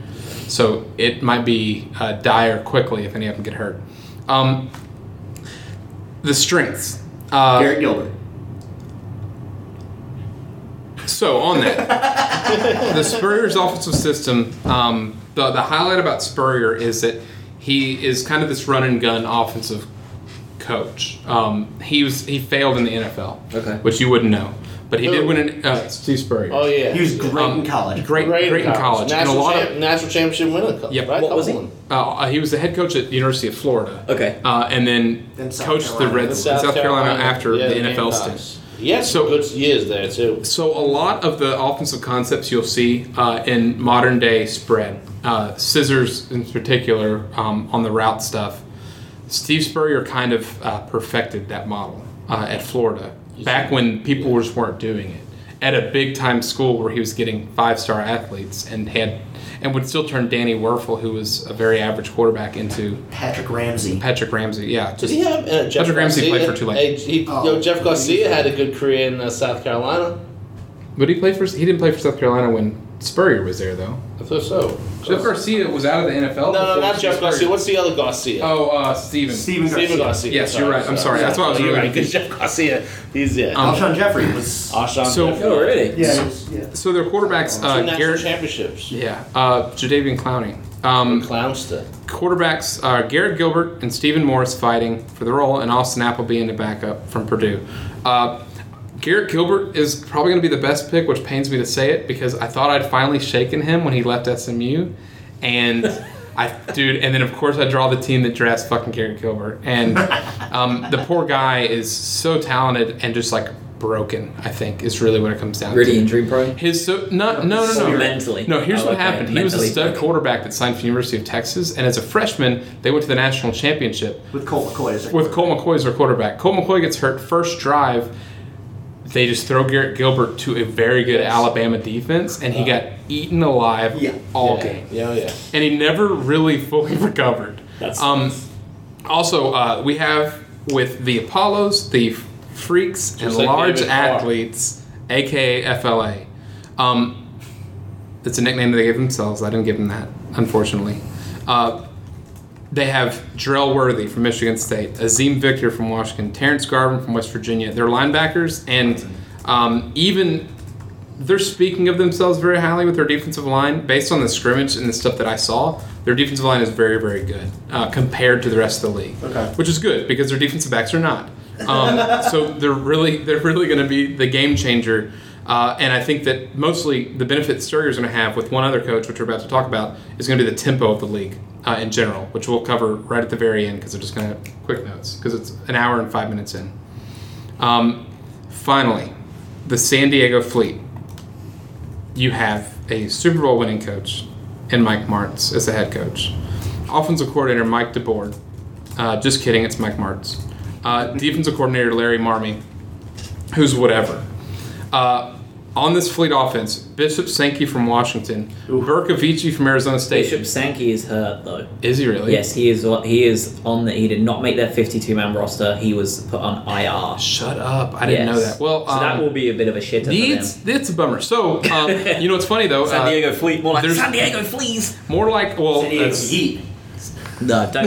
A: so it might be uh, dire quickly if any of them get hurt. Um, the strengths. Uh,
B: Garrett Gilbert.
A: So on that, the Spurrier's offensive system. Um, the the highlight about Spurrier is that he is kind of this run and gun offensive coach. Um, he was he failed in the NFL,
E: Okay.
A: which you wouldn't know, but he did
C: Who?
A: win an uh, Steve Spurrier.
C: Oh yeah.
B: He was great
A: Um,
B: in college.
A: Great, great, in college, and a
C: National,
A: lot
C: champ-
A: of
C: national championship winner.
A: Yep.
C: Right?
E: What was
C: Couple
E: he?
A: uh, he was the head coach at the University of Florida.
E: Okay.
A: uh, and then
B: Then South
A: coached the
B: Carolina.
A: Reds in South, Carolina, after
C: yeah,
A: the NFL
C: Gamecocks.
A: stint.
C: He had some
A: So-
C: good years there too.
A: So a lot of the offensive concepts you'll see uh, in modern day spread, uh, scissors in particular um, on the route stuff. Steve Spurrier kind of uh, perfected that model uh, at Florida back when people just weren't doing it. At a big time school where he was getting five star athletes and had and would still turn Danny Werfel, who was a very average quarterback, into
B: Patrick Ramsey.
A: Patrick Ramsey. Yeah,
C: Did
A: just
C: he have uh, Jeff
A: Patrick Ramsey
C: Garcia,
A: played for Tulane.
C: Hey, he-
B: Oh.
C: yo, Jeff Garcia had a good career in uh, South Carolina.
A: but he played for he didn't play for South Carolina when Spurrier was there though.
C: I thought so.
A: Jeff Garcia was out of the NFL.
C: No, no,
A: before
C: not
A: Steve
C: Jeff Garcia.
A: Spurrier-
C: What's the other Garcia?
A: Oh, uh, Steven.
B: Steven Garcia.
C: Steven Garcia.
A: Yes, you're right. I'm sorry. That's what I was
C: You're
A: really
C: right.
A: *laughs*
C: Because Jeff Garcia, he's yeah.
A: Um,
B: Alshon Jeffrey was.
C: Arshon
A: so-
C: Jeffrey.
E: Oh, really?
B: yeah, he was- yeah.
A: So their quarterbacks,
C: Two
A: uh,
C: national
A: Garrett,
C: championships.
A: yeah, uh, Jadavian Clowney. Um,
C: Clownster.
A: quarterbacks are Garrett Gilbert and Stephen Morris fighting for the role, and Austin Appleby in the backup from Purdue. Uh, Garrett Gilbert is probably going to be the best pick, which pains me to say it because I thought I'd finally shaken him when he left SMU, and I, dude, and then of course I draw the team that drafts fucking Garrett Gilbert, and um, the poor guy is so talented and just like broken. I think is really what it comes down to.
E: Really injury prone.
A: His so no no no
E: Oh, So
A: no
E: mentally.
A: No, here's
E: Oh,
A: what
E: okay.
A: happened. He was a
E: Mentally
A: stud
E: broken.
A: quarterback that signed for the University of Texas, and as a freshman, they went to the national championship
B: With Colt McCoy as their
A: with Colt McCoy as their quarterback. Colt McCoy gets hurt first drive. they just throw Garrett Gilbert to a very good Alabama defense, and
E: Uh-huh.
A: he got eaten alive
B: Yeah.
A: all
C: yeah.
A: game,
C: Yeah, yeah.
A: and he never really fully *laughs* recovered.
D: That's-
A: um, also uh, we have with the Apollos, the freaks, and
C: Just like
A: large
C: David Carr.
A: athletes, aka FLA. Um, it's a nickname they gave themselves. I didn't give them that, unfortunately. Uh, they have Drell Worthy from Michigan State, Azim Victor from Washington, Terrence Garvin from West Virginia. They're linebackers, and um, even they're speaking of themselves very highly with their defensive line. Based on the scrimmage and the stuff that I saw, their defensive line is very, very good uh, compared to the rest of the league,
B: Okay.
A: which is good because their defensive backs are not. Um, so they're really, they're really going to be the game changer. Uh, and I think that mostly the benefit Sturger is going to have with one other coach, which we're about to talk about, is going to be the tempo of the league uh, in general, which we'll cover right at the very end because I'm just going to quick notes because it's an hour and five minutes in. Um, finally, the San Diego Fleet. You have a Super Bowl winning coach and Mike Martz as the head coach. Offensive coordinator Mike DeBoer. Uh, just kidding, it's Mike Martz. Uh, defensive coordinator Larry Marmee, who's whatever. Uh, on this Fleet offense, Bishop Sankey from Washington, Berkovici from Arizona State.
D: Bishop Sankey is hurt though.
A: Is he really?
D: Yes, he is. He is on the. He did not make their 52 man roster. He was put on IR.
A: Shut up! I didn't
D: Yes.
A: know that. Well,
D: so that
A: um,
D: will be a bit of a shitter
A: it's,
D: for
A: it's a bummer. So, um, you know, it's funny though.
D: them. *laughs* San
A: uh,
D: Diego Fleet, more like
A: there's-
D: San Diego Fleas.
A: More like well,
F: San Diego
A: Oh, that's-
F: Yeet.
D: No, don't
F: Don't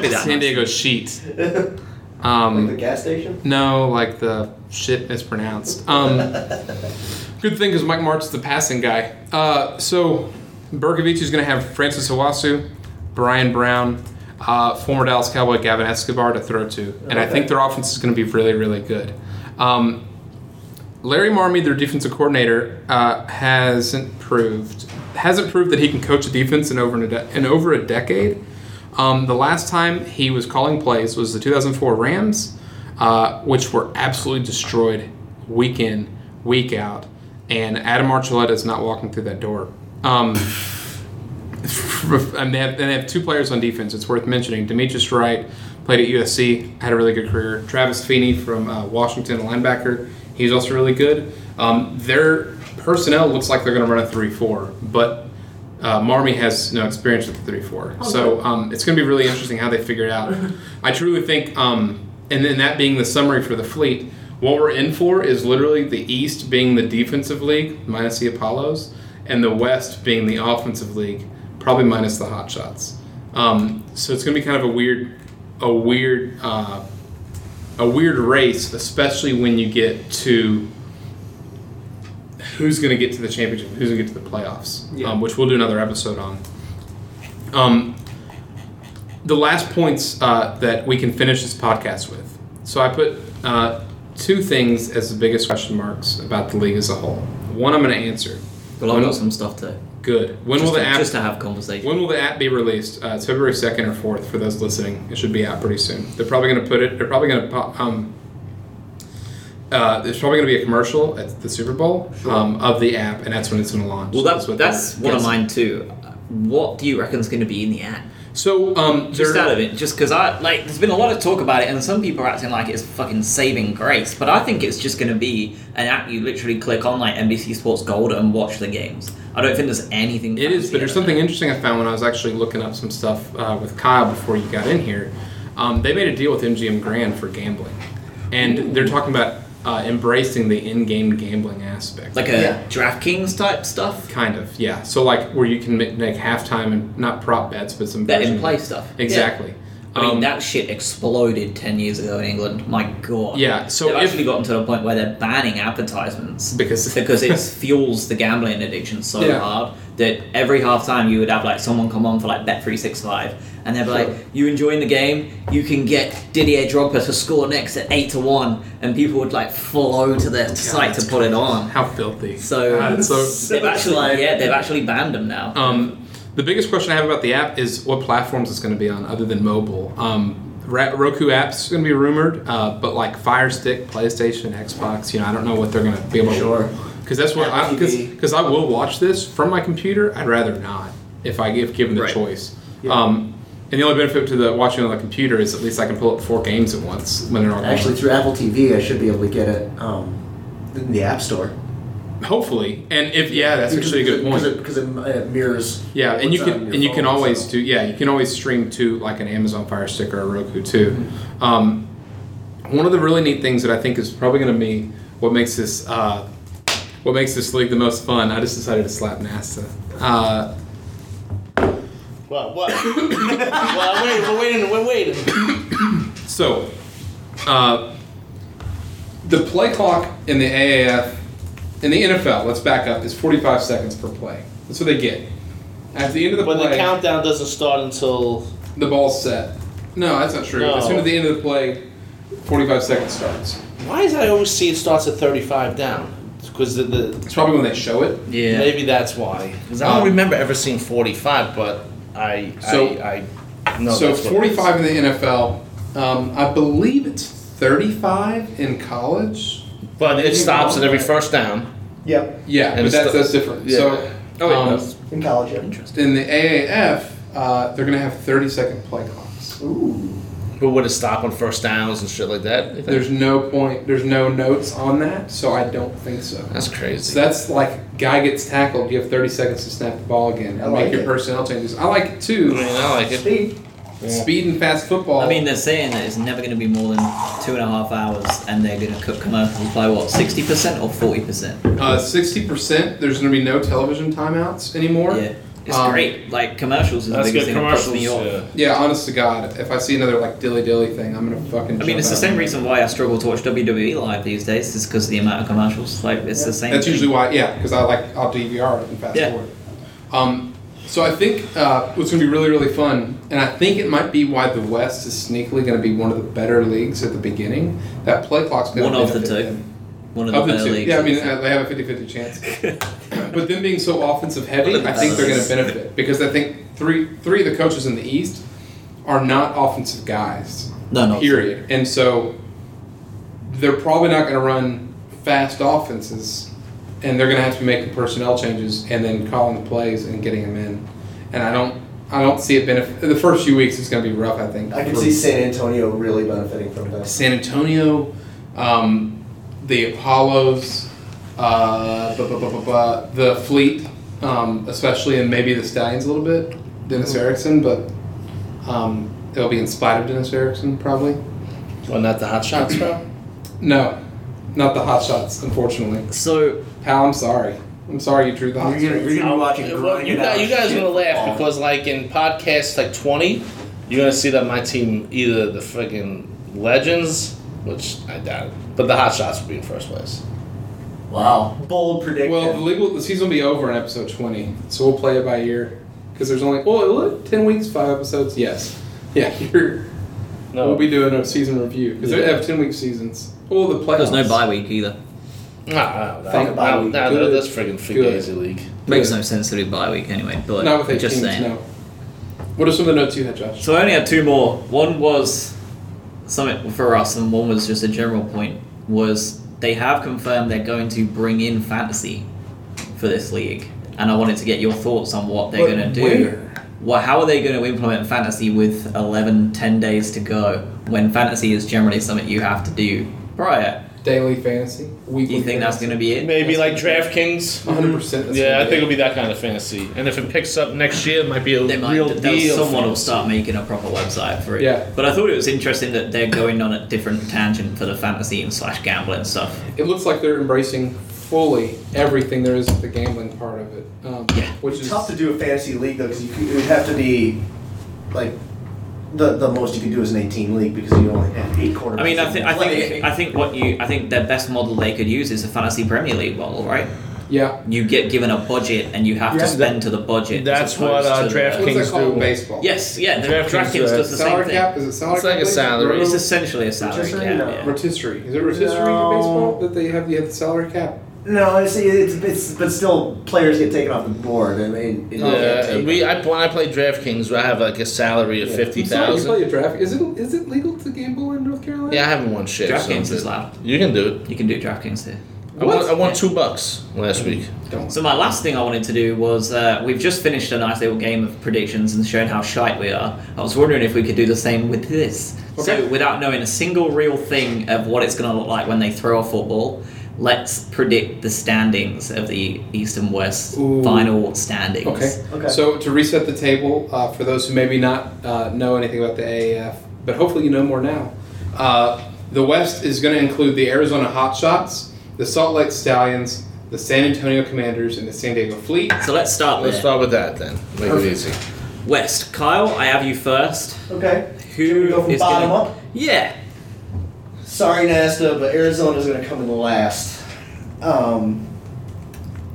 F: be that.
A: San
F: nice.
A: Diego sheet.
B: the
A: Um,
B: gas station.
A: no, like the shit mispronounced.
F: *laughs*
A: Um, good thing because Mike Martz is the passing guy. Uh, so Berkovich is going to have Francis Owasu, Brian Brown, uh, former Dallas Cowboy Gavin Escobar to throw to, and I think their offense is going to be really, really good. Um, Larry Marmee, their defensive coordinator, uh, hasn't proved hasn't proved that he can coach a defense in over a de- in over a decade. Um, the last time he was calling plays was the 2004 Rams, uh, which were absolutely destroyed week in week out, and Adam Archuleta is not walking through that door. Um, *laughs* and they have, and they have two players on defense. It's worth mentioning. Demetrius Wright played at USC, had a really good career. Travis Feeney from uh, Washington, a linebacker, he's also really good. Um, their personnel looks like they're going to run a three-four, but uh, Marmy has no experience with the three-four, so um, it's going to be really interesting how they figure it out. I truly think, um, and then that being the summary for the fleet. What we're in for is literally the East being the defensive league, minus the Apollos, and the West being the offensive league, probably minus the hot shots. Um, so it's going to be kind of a weird, a weird, uh, a weird race, especially when you get to who's going to get to the championship, who's going to get to the playoffs,
B: Yeah.
A: um, which we'll do another episode on. Um, the last points uh, that we can finish this podcast with. So I put uh, two things as the biggest question marks about the league as a whole. One I'm going to answer.
D: Well, I've got some stuff to.
A: Good. When
D: just,
A: will the
D: to
A: app?
D: just to have conversation.
A: When will the app be released? Uh, it's February second or fourth for those listening. It should be out pretty soon. They're probably going to put it. They're probably going to pop. Um, uh, there's probably going to be a commercial at the Super Bowl um, of the app, and that's when it's going to launch.
D: well, that's
A: what
D: that's
A: they're
D: one of
A: guessing.
D: mine too. What do you reckon's going to be in the app?
A: So um,
D: Just
A: they're-
D: out of it, just because I like. There's been a lot of talk about it, and some people are acting like it's fucking saving grace. But I think it's just going to be an app you literally click on, like NBC Sports Gold, and watch the games. I don't think there's anything.
A: It is,
D: fancy
A: but there's
D: about
A: something
D: it.
A: interesting I found when I was actually looking up some stuff uh, with Kyle before you got in here. Um, they made a deal with MGM Grand for gambling, and they're talking about uh, embracing the in-game gambling aspect.
D: like a
B: Yeah.
D: DraftKings type stuff,
A: Kind of, yeah. So like where you can ma- make halftime and not prop bets, but some
D: bet
A: version
D: in
A: of-
D: play stuff. Yeah.
A: Exactly.
D: I mean,
A: Um,
D: that shit exploded ten years ago in England. My god.
A: Yeah, so
D: they've
A: if-
D: actually gotten to a point where they're banning advertisements
A: because *laughs*
D: because it fuels the gambling addiction so
A: Yeah.
D: hard that every half time you would have like someone come on for like bet three six five and they'd be
B: Sure.
D: like, "You enjoying the game? You can get Didier Drogba to score next at eight to one," and people would like flow to their site to
A: that's
D: put it on.
A: how filthy.
D: So,
A: God, it's so
D: they've actually yeah they've actually banned them now.
A: Um, the biggest question I have about the app is what platforms it's going to be on other than mobile. Um, Ra- Roku apps going to be rumored, uh, but like Fire Stick, PlayStation, Xbox, you know, I don't know what they're going to be able to.
B: Sure.
A: Because that's what I because
B: TV.
A: because I will watch this from my computer. I'd rather not if I give given the
D: Right.
A: choice. Um, And the only benefit to the watching on the computer is at least I can pull up four games at once when they're all
B: Actually, through Apple TV, I should be able to get it um, in the App Store.
A: on. Hopefully, and if yeah, that's actually a good point.
B: Because it, it mirrors.
A: Yeah, and
B: what's
A: you
B: on
A: can
B: your
A: and you can
B: phone,
A: always
B: so-
A: do yeah you can always stream to like an Amazon Fire Stick or a Roku too.
B: Mm-hmm.
A: Um, one of the really neat things that I think is probably going to be what makes this uh, what makes this league the most fun. I just decided to slap NASA. Uh, *laughs*
C: Well, what? well, wait, we're waiting. We're waiting.
A: so uh, the play clock in the AAF in the NFL, let's back up, is 45 seconds per play. That's what they get. At the end of the
C: But
A: play,
C: the countdown doesn't start until
A: The ball's set. No, that's not true.
C: No.
A: As soon as the end of the play, 45 seconds starts.
C: Why does I always see it starts at 35 down? Because the, the
A: It's probably when they show it.
D: Yeah.
C: maybe that's why. Because I
A: Um,
C: don't remember ever seeing 45, but I
A: So-
C: I, I know
A: so
C: that's what it is.
A: 45 in the NFL. Um, I believe it's 35 in college.
C: But it stops at every first down.
G: Yep,
A: Yeah,
C: And
A: but
C: it's
A: that's,
C: the-
A: that's different.
C: yeah.
A: So
D: Oh, wait,
A: um,
D: no.
G: in college. Yep.
A: in the AAF, uh, they're going to have 30 second play clocks.
G: Ooh,
C: But would it stop on first downs and shit like that? You think?
A: There's no point, there's no notes on that, so I don't think so.
C: that's
A: So
C: crazy.
A: that's like guy gets tackled, you have 30 seconds to snap the ball again
G: I
A: and
G: like
A: make your
G: it.
A: personnel changes. I like it too.
C: I mean, I like it.
G: speed.
A: Speed and fast football.
D: I mean, they're saying that it's never going to be more than two and a half hours, and they're going to cut commercials by what, 60% or 40%?
A: uh, sixty percent. There's going to be no television timeouts anymore.
D: Yeah. It's
A: Um,
D: great. Like, commercials is
C: That's
D: the biggest
C: good
D: thing across
C: commercials.
D: New York.
C: yeah.
A: Yeah, honest to God, if I see another like dilly dilly thing, I'm gonna fucking.
D: I mean,
A: jump
D: it's the
A: out.
D: same reason why I struggle to watch WWE live these days, is because of the amount of commercials. Like, it's the same
A: That's
D: thing.
A: usually why, yeah, because I like I'll DVR it and fast
D: Yeah.
A: forward. Um, so I think uh, what's going to be really really fun, and I think it might be why the West is sneakily going to be one of the better leagues at the beginning. That play clock's going to
D: One of the two. One of the, better
A: two,
D: leagues.
A: yeah. I mean, uh, they have a 50-50 chance.
D: *laughs*
A: but them being so offensive heavy, I think they're going to benefit because I think three three of the coaches in the East are not offensive guys.
D: no, no.
A: Period. And so they're probably not going to run fast offenses, and they're going to have to be making personnel changes and then calling the plays and getting them in. And I don't, I don't see it benefit. The first few weeks it's going to be rough. I think.
B: I can
A: for
B: see San Antonio really benefiting from this.
A: San Antonio, um, the Apollos, uh, bu- bu- bu- bu- bu- the Fleet, um, especially, and maybe the Stallions a little bit. Dennis Erickson, but um, it'll be in spite of Dennis Erickson probably.
C: Well, not the hot shots, bro.
A: No, not the hot shots, unfortunately.
D: So,
A: Pal, I'm sorry. I'm sorry you drew the
G: You're
A: hot
G: gonna,
A: shots.
G: you're gonna be watching.
C: Well,
G: grinded
C: you guys,
G: out
C: you guys are
G: shit
C: gonna laugh
G: football.
C: because, like in podcast like twenty, you're gonna see that my team either the friggin' legends, which I doubt, it, but the hot shots will be in first place.
B: Wow. Bold prediction.
A: Well, the legal the season will be over in episode 20, so we'll play it by ear. Because there's only well, look, 10 weeks, five episodes. Yes, yeah, *laughs* you're.
C: No,
A: We'll be doing a season review because they
C: Yeah.
A: have ten week seasons. All the playoffs.
D: there's no bye week either.
C: nah, nah,
A: Think
C: nah,
A: about
C: nah,
A: it.
C: nah,
A: Good.
C: that's friggin' fugazi league.
D: Makes no sense to do bye week anyway, but
A: Not with eight
D: just
A: teams.
D: saying.
A: No. What are some of the notes you had, Josh?
D: So I only had two more. One was something for us, and one was just a general point. Was they have confirmed they're going to bring in fantasy for this league, and I wanted to get your thoughts on what they're
A: But
D: going to do.
A: where?
D: Well, how are they going to implement fantasy with 11, 10 days to go when fantasy is generally something you have to do prior?
A: Daily fantasy.
D: Do
A: Weekly.
D: you think that's going to be it?
C: Maybe like DraftKings.
A: One hundred percent.
C: Yeah, I think it'll be that kind of fantasy. And if it picks up next year, it might be a
D: They might,
C: real
D: they'll-
C: deal.
D: someone will start making a proper website for it.
A: Yeah.
D: But I thought it was interesting that they're going on a different tangent for the fantasy and slash gambling stuff.
A: It looks like they're embracing fully everything there is with the gambling part of it. Um,
D: Yeah.
A: Which
B: It's
A: is
B: tough to do a fantasy league though because you could, it would have to be like the the most you could do is an 18 league because you only have eight quarterbacks.
D: I mean, I think I think
B: playing.
D: I think what you I think the best model they could use is a fantasy Premier League model, right?
A: yeah.
D: You get given a budget and you have
C: Yeah,
D: to
C: that-
D: spend to the budget. as
C: that's what,
D: opposed
C: uh,
D: to
C: draft-
D: the-
A: What's that
C: Kings
A: called?
C: do-
A: in Baseball.
D: Yes, yeah, the
C: DraftKings
D: DraftKings
C: does
D: does the same
A: salary
D: thing.
A: cap is it salary
C: It's like
A: cap
C: a
A: league?
C: salary.
D: It's essentially a salary
B: Rotisserie,
D: cap.
B: no.
D: yeah.
A: rotisserie. Is it rotisserie
B: No.
A: in baseball that they have? You have the salary cap.
B: no, it's, it's it's but still players get taken off the board. I mean, it-
C: Yeah, we. I when I play DraftKings, I have like a salary of
B: Yeah.
C: fifty
A: I'm sorry, you play
C: thousand.
A: a draft. Is it is it legal to gamble in North Carolina?
C: Yeah, I haven't won shit. so-
D: DraftKings is loud.
C: You can do it.
D: You can do DraftKings here.
C: I won, I won two bucks last week.
H: Don't.
D: So my last thing I wanted to do was uh, we've just finished a nice little game of predictions and shown how shite we are. I was wondering if we could do the same with this.
A: Okay.
D: So without knowing a single real thing of what it's going to look like when they throw a football, let's predict the standings of the East and West
A: Ooh.
D: final standings.
A: Okay.
B: Okay.
A: So to reset the table uh, for those who maybe not uh, know anything about the AAF, but hopefully you know more now. Uh, the West is going to include the Arizona Hotshots, the Salt Lake Stallions, the San Antonio Commanders, and the San Diego Fleet.
D: So let's start
C: Let's
D: there.
C: start with that then. Make it easy.
D: West. Kyle, I have you first.
B: Okay. Should
D: Who
B: we go from
D: is
B: bottom
D: gonna...
B: up?
D: Yeah.
B: Sorry, Nasta, but Arizona's going to come in last. Um,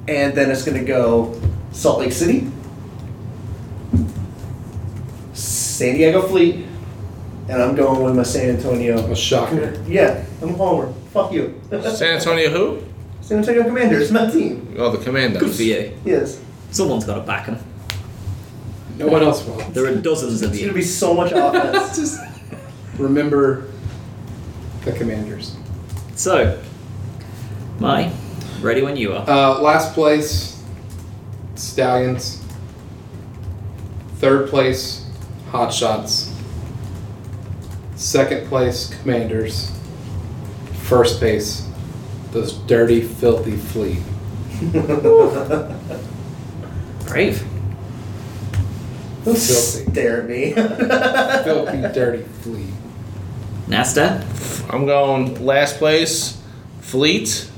B: and then it's going to go Salt Lake City, San Diego Fleet, and I'm going with my San Antonio.
A: A shocker.
B: Yeah, I'm Homer. Fuck you. *laughs*
C: San Antonio who?
B: San Antonio Commanders, my team.
C: Oh, the Commandos.
D: Good for you.
B: Yes.
D: Someone's got to back them.
A: No one else will.
D: There are dozens of
B: It's going to be
D: you.
B: so
D: *laughs*
B: much offense.
A: Just remember the Commanders.
D: So, my, ready when you are.
A: Uh, last place, Stallions. Third place, Hot Shots. Second place, Commanders. First place, those dirty, filthy fleet.
D: Brave.
B: Don't
A: Filthy.
B: stare at me. *laughs*
A: Filthy, dirty fleet.
D: Nasta.
C: I'm going last place, Fleet.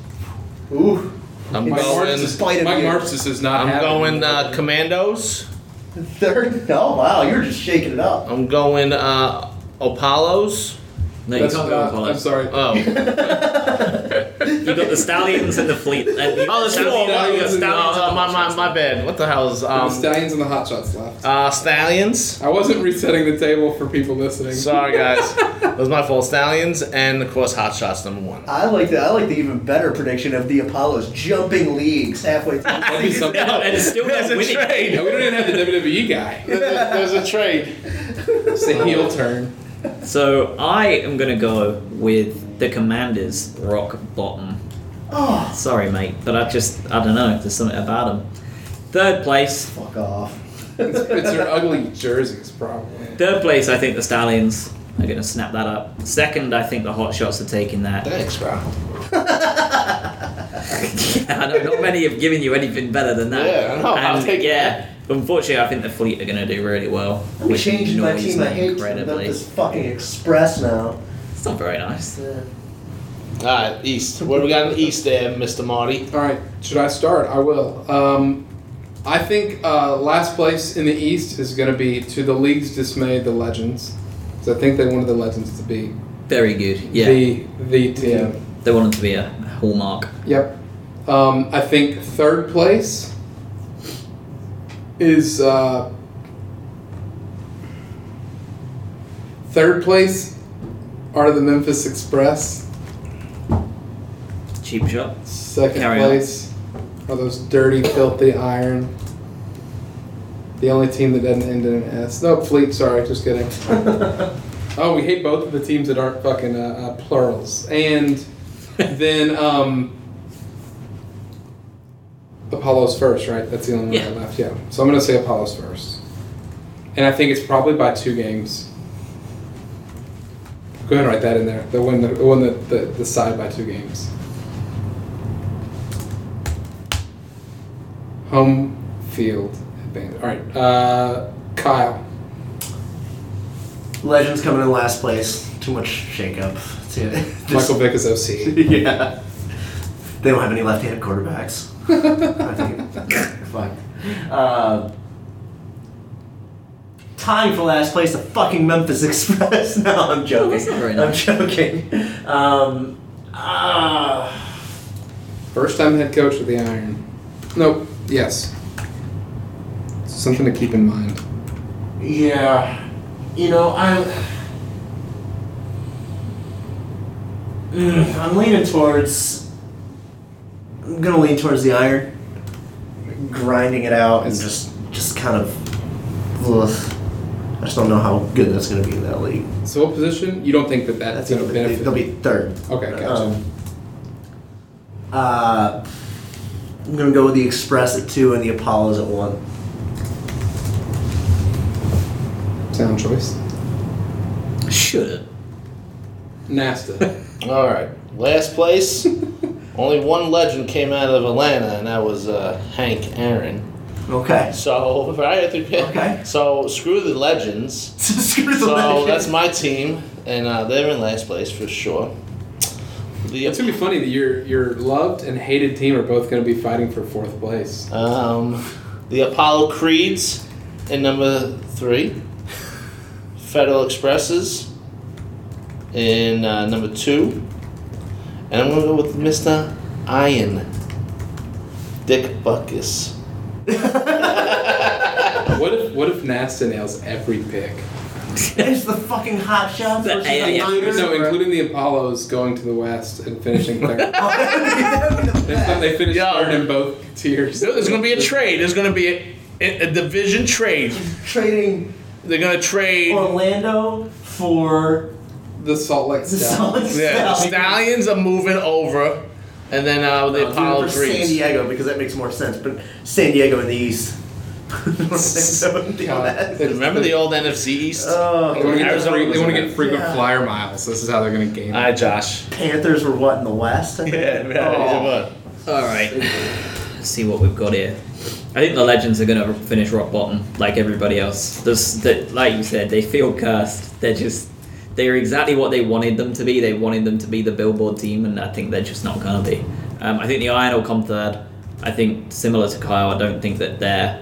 B: Ooh.
C: I'm
B: Mike
C: going.
B: Martz is- spite of
A: Mike
B: you.
A: Martz is not.
C: I'm
A: having
C: going
A: it.
C: uh, Commandos.
B: *laughs* Third? No, wow, you're just shaking it up.
C: I'm going uh, Apollos.
D: No, you
A: That's
D: can't go
A: not,
D: with Apollo.
A: I'm sorry. *laughs*
C: Oh.
D: You got the stallions and the fleet. And you-
C: Oh, that's
D: stallions-
C: cool.
D: you got
A: Stallions and-
D: stallions
C: Uh,
D: and
C: my, my, my bad. What the hell is
A: the
C: um
A: Stallions and the Hot Shots left.
C: uh stallions?
A: I wasn't resetting the table for people listening.
C: Sorry guys, it was my fault. Stallions and of course Hot Shots number one.
B: I like the I like the even better prediction of the Apollos jumping leagues halfway
H: *laughs*
B: through.
A: That'd be something.
C: *laughs*
D: No, and it's still not
C: That's a
D: winning.
A: Yeah,
C: trade.
A: we don't even have the WWE *laughs* guy.
C: There's a trade.
A: It's the heel turn.
D: So I am gonna go with the commanders rock bottom.
B: oh,
D: Sorry, mate, but I just I don't know. There's something about them. Third place.
B: fuck off.
A: It's, it's their ugly jerseys, probably.
D: Third place. I think the stallions are gonna snap that up. Second, I think the hot shots are taking *laughs* that.
C: Thanks, bro.
D: I know not many have given you anything better than that.
C: Yeah, I know, I'll
D: And,
C: take
D: yeah. Unfortunately, I think the fleet are going to do really well.
B: I'm
D: which
B: changing my
D: annoys
B: team. I
D: me
B: hate them.
D: incredibly.
B: this fucking express now.
D: It's not very nice.
I: All right, East. What do we got in the East there, Mr. Marty?
A: All right, should I start? I will. Um, I think uh, last place in the East is going to be to the league's dismay, the Legends. So I think they wanted the Legends to be
D: Very good. Yeah.
A: the the team.
D: They want them to be a hallmark.
A: Yep. Um, I think third place is uh, third place are the Memphis Express.
D: Cheap shot.
A: Second
D: Carry on.
A: place are those dirty, filthy iron. The only team that doesn't end in an S. No, Fleet, sorry, just kidding. oh, we hate both of the teams that aren't fucking uh, uh, plurals. And then um, Apollo's first, right? That's the only one
D: Yeah.
A: I left, yeah. So I'm going to say Apollo's first. And I think it's probably by two games. Go ahead and write that in there. The one, the, the one that the, the side by two games. Home field advantage. All right, uh, Kyle.
H: Legends coming in last place. Too much shakeup. *laughs* to-
A: Michael Vick is *laughs* OC.
H: yeah. They don't have any left-handed quarterbacks. I think. Fuck. Uh, time for last place, the fucking Memphis *laughs* Express. no, I'm joking.
D: that's not very
H: I'm joking. Um, ah.
A: First time head coach of the Iron. Nope. Yes. Something to keep in mind.
H: yeah. You know, I'm. Mm, I'm leaning towards. I'm gonna lean towards the iron.
B: Grinding it out and
A: It's-
B: just
H: just just kind of ugh. I just don't know how good that's going to be in that league.
A: So what position? You don't think that that's
H: That's
A: going
H: gonna
A: to
H: be, Um, they'll
A: benefit?
H: be third.
A: Okay, gotcha.
H: Um,
B: Uh, I'm gonna go with the Express at two and the Apollos at one.
A: Sound choice.
D: Should it?
A: NASA.
C: All right. Last
B: *laughs*
C: place. Only one legend came out of Atlanta, and that was uh, Hank Aaron.
H: *laughs*
B: Okay.
C: So *laughs* right, I think-
B: Okay.
C: So screw the legends.
B: Screw the
C: so
B: legend.
C: that's my team, and uh, they're in last place for sure. The
A: It's gonna be funny that your your loved and hated team are both gonna be fighting for fourth place.
C: um, the Apollo Creeds in number three, Federal Expresses in uh, number two, and I'm gonna go with Mister Iron, Dick Buckus.
A: What if what if NASA nails every pick?
B: it's the fucking hot shots.
J: The
B: versus the
J: alien.
B: Niners.
A: No, including the Apollos going to the West and finishing third.
C: *laughs*
A: they, they finished
C: Yeah.
A: third in both tiers.
C: There's gonna be a trade. There's gonna be a, a, a division trade.
B: Trading
C: They're gonna trade.
B: Orlando for
A: the Salt Lake
B: the
A: Stallions.
B: Salt Lake
C: Yeah, the
B: Valley.
C: Stallions are moving over, and then uh, the Apollo
B: for San
C: Creeds.
B: Diego because that makes more sense. But San Diego in the East. *laughs* Orlando in the West.
C: Remember the old NFC East?
A: They want
B: Oh,
A: to get,
C: Arizona
A: free,
C: was
A: they want
C: in
A: to get
C: there.
A: frequent
B: Yeah.
A: flyer miles. This is how they're going to game.
C: Hi, Josh.
B: Panthers were what in the West? I think?
C: *laughs*
B: Oh.
D: All right. Let's see what we've got here. I think the legends are gonna finish rock bottom, like everybody else. There's, that, like you said, they feel cursed. They're just, they're exactly what they wanted them to be. They wanted them to be the Billboard team, and I think they're just not gonna be. Um, I think the Iron will come third. I think similar to Kyle, I don't think that they're.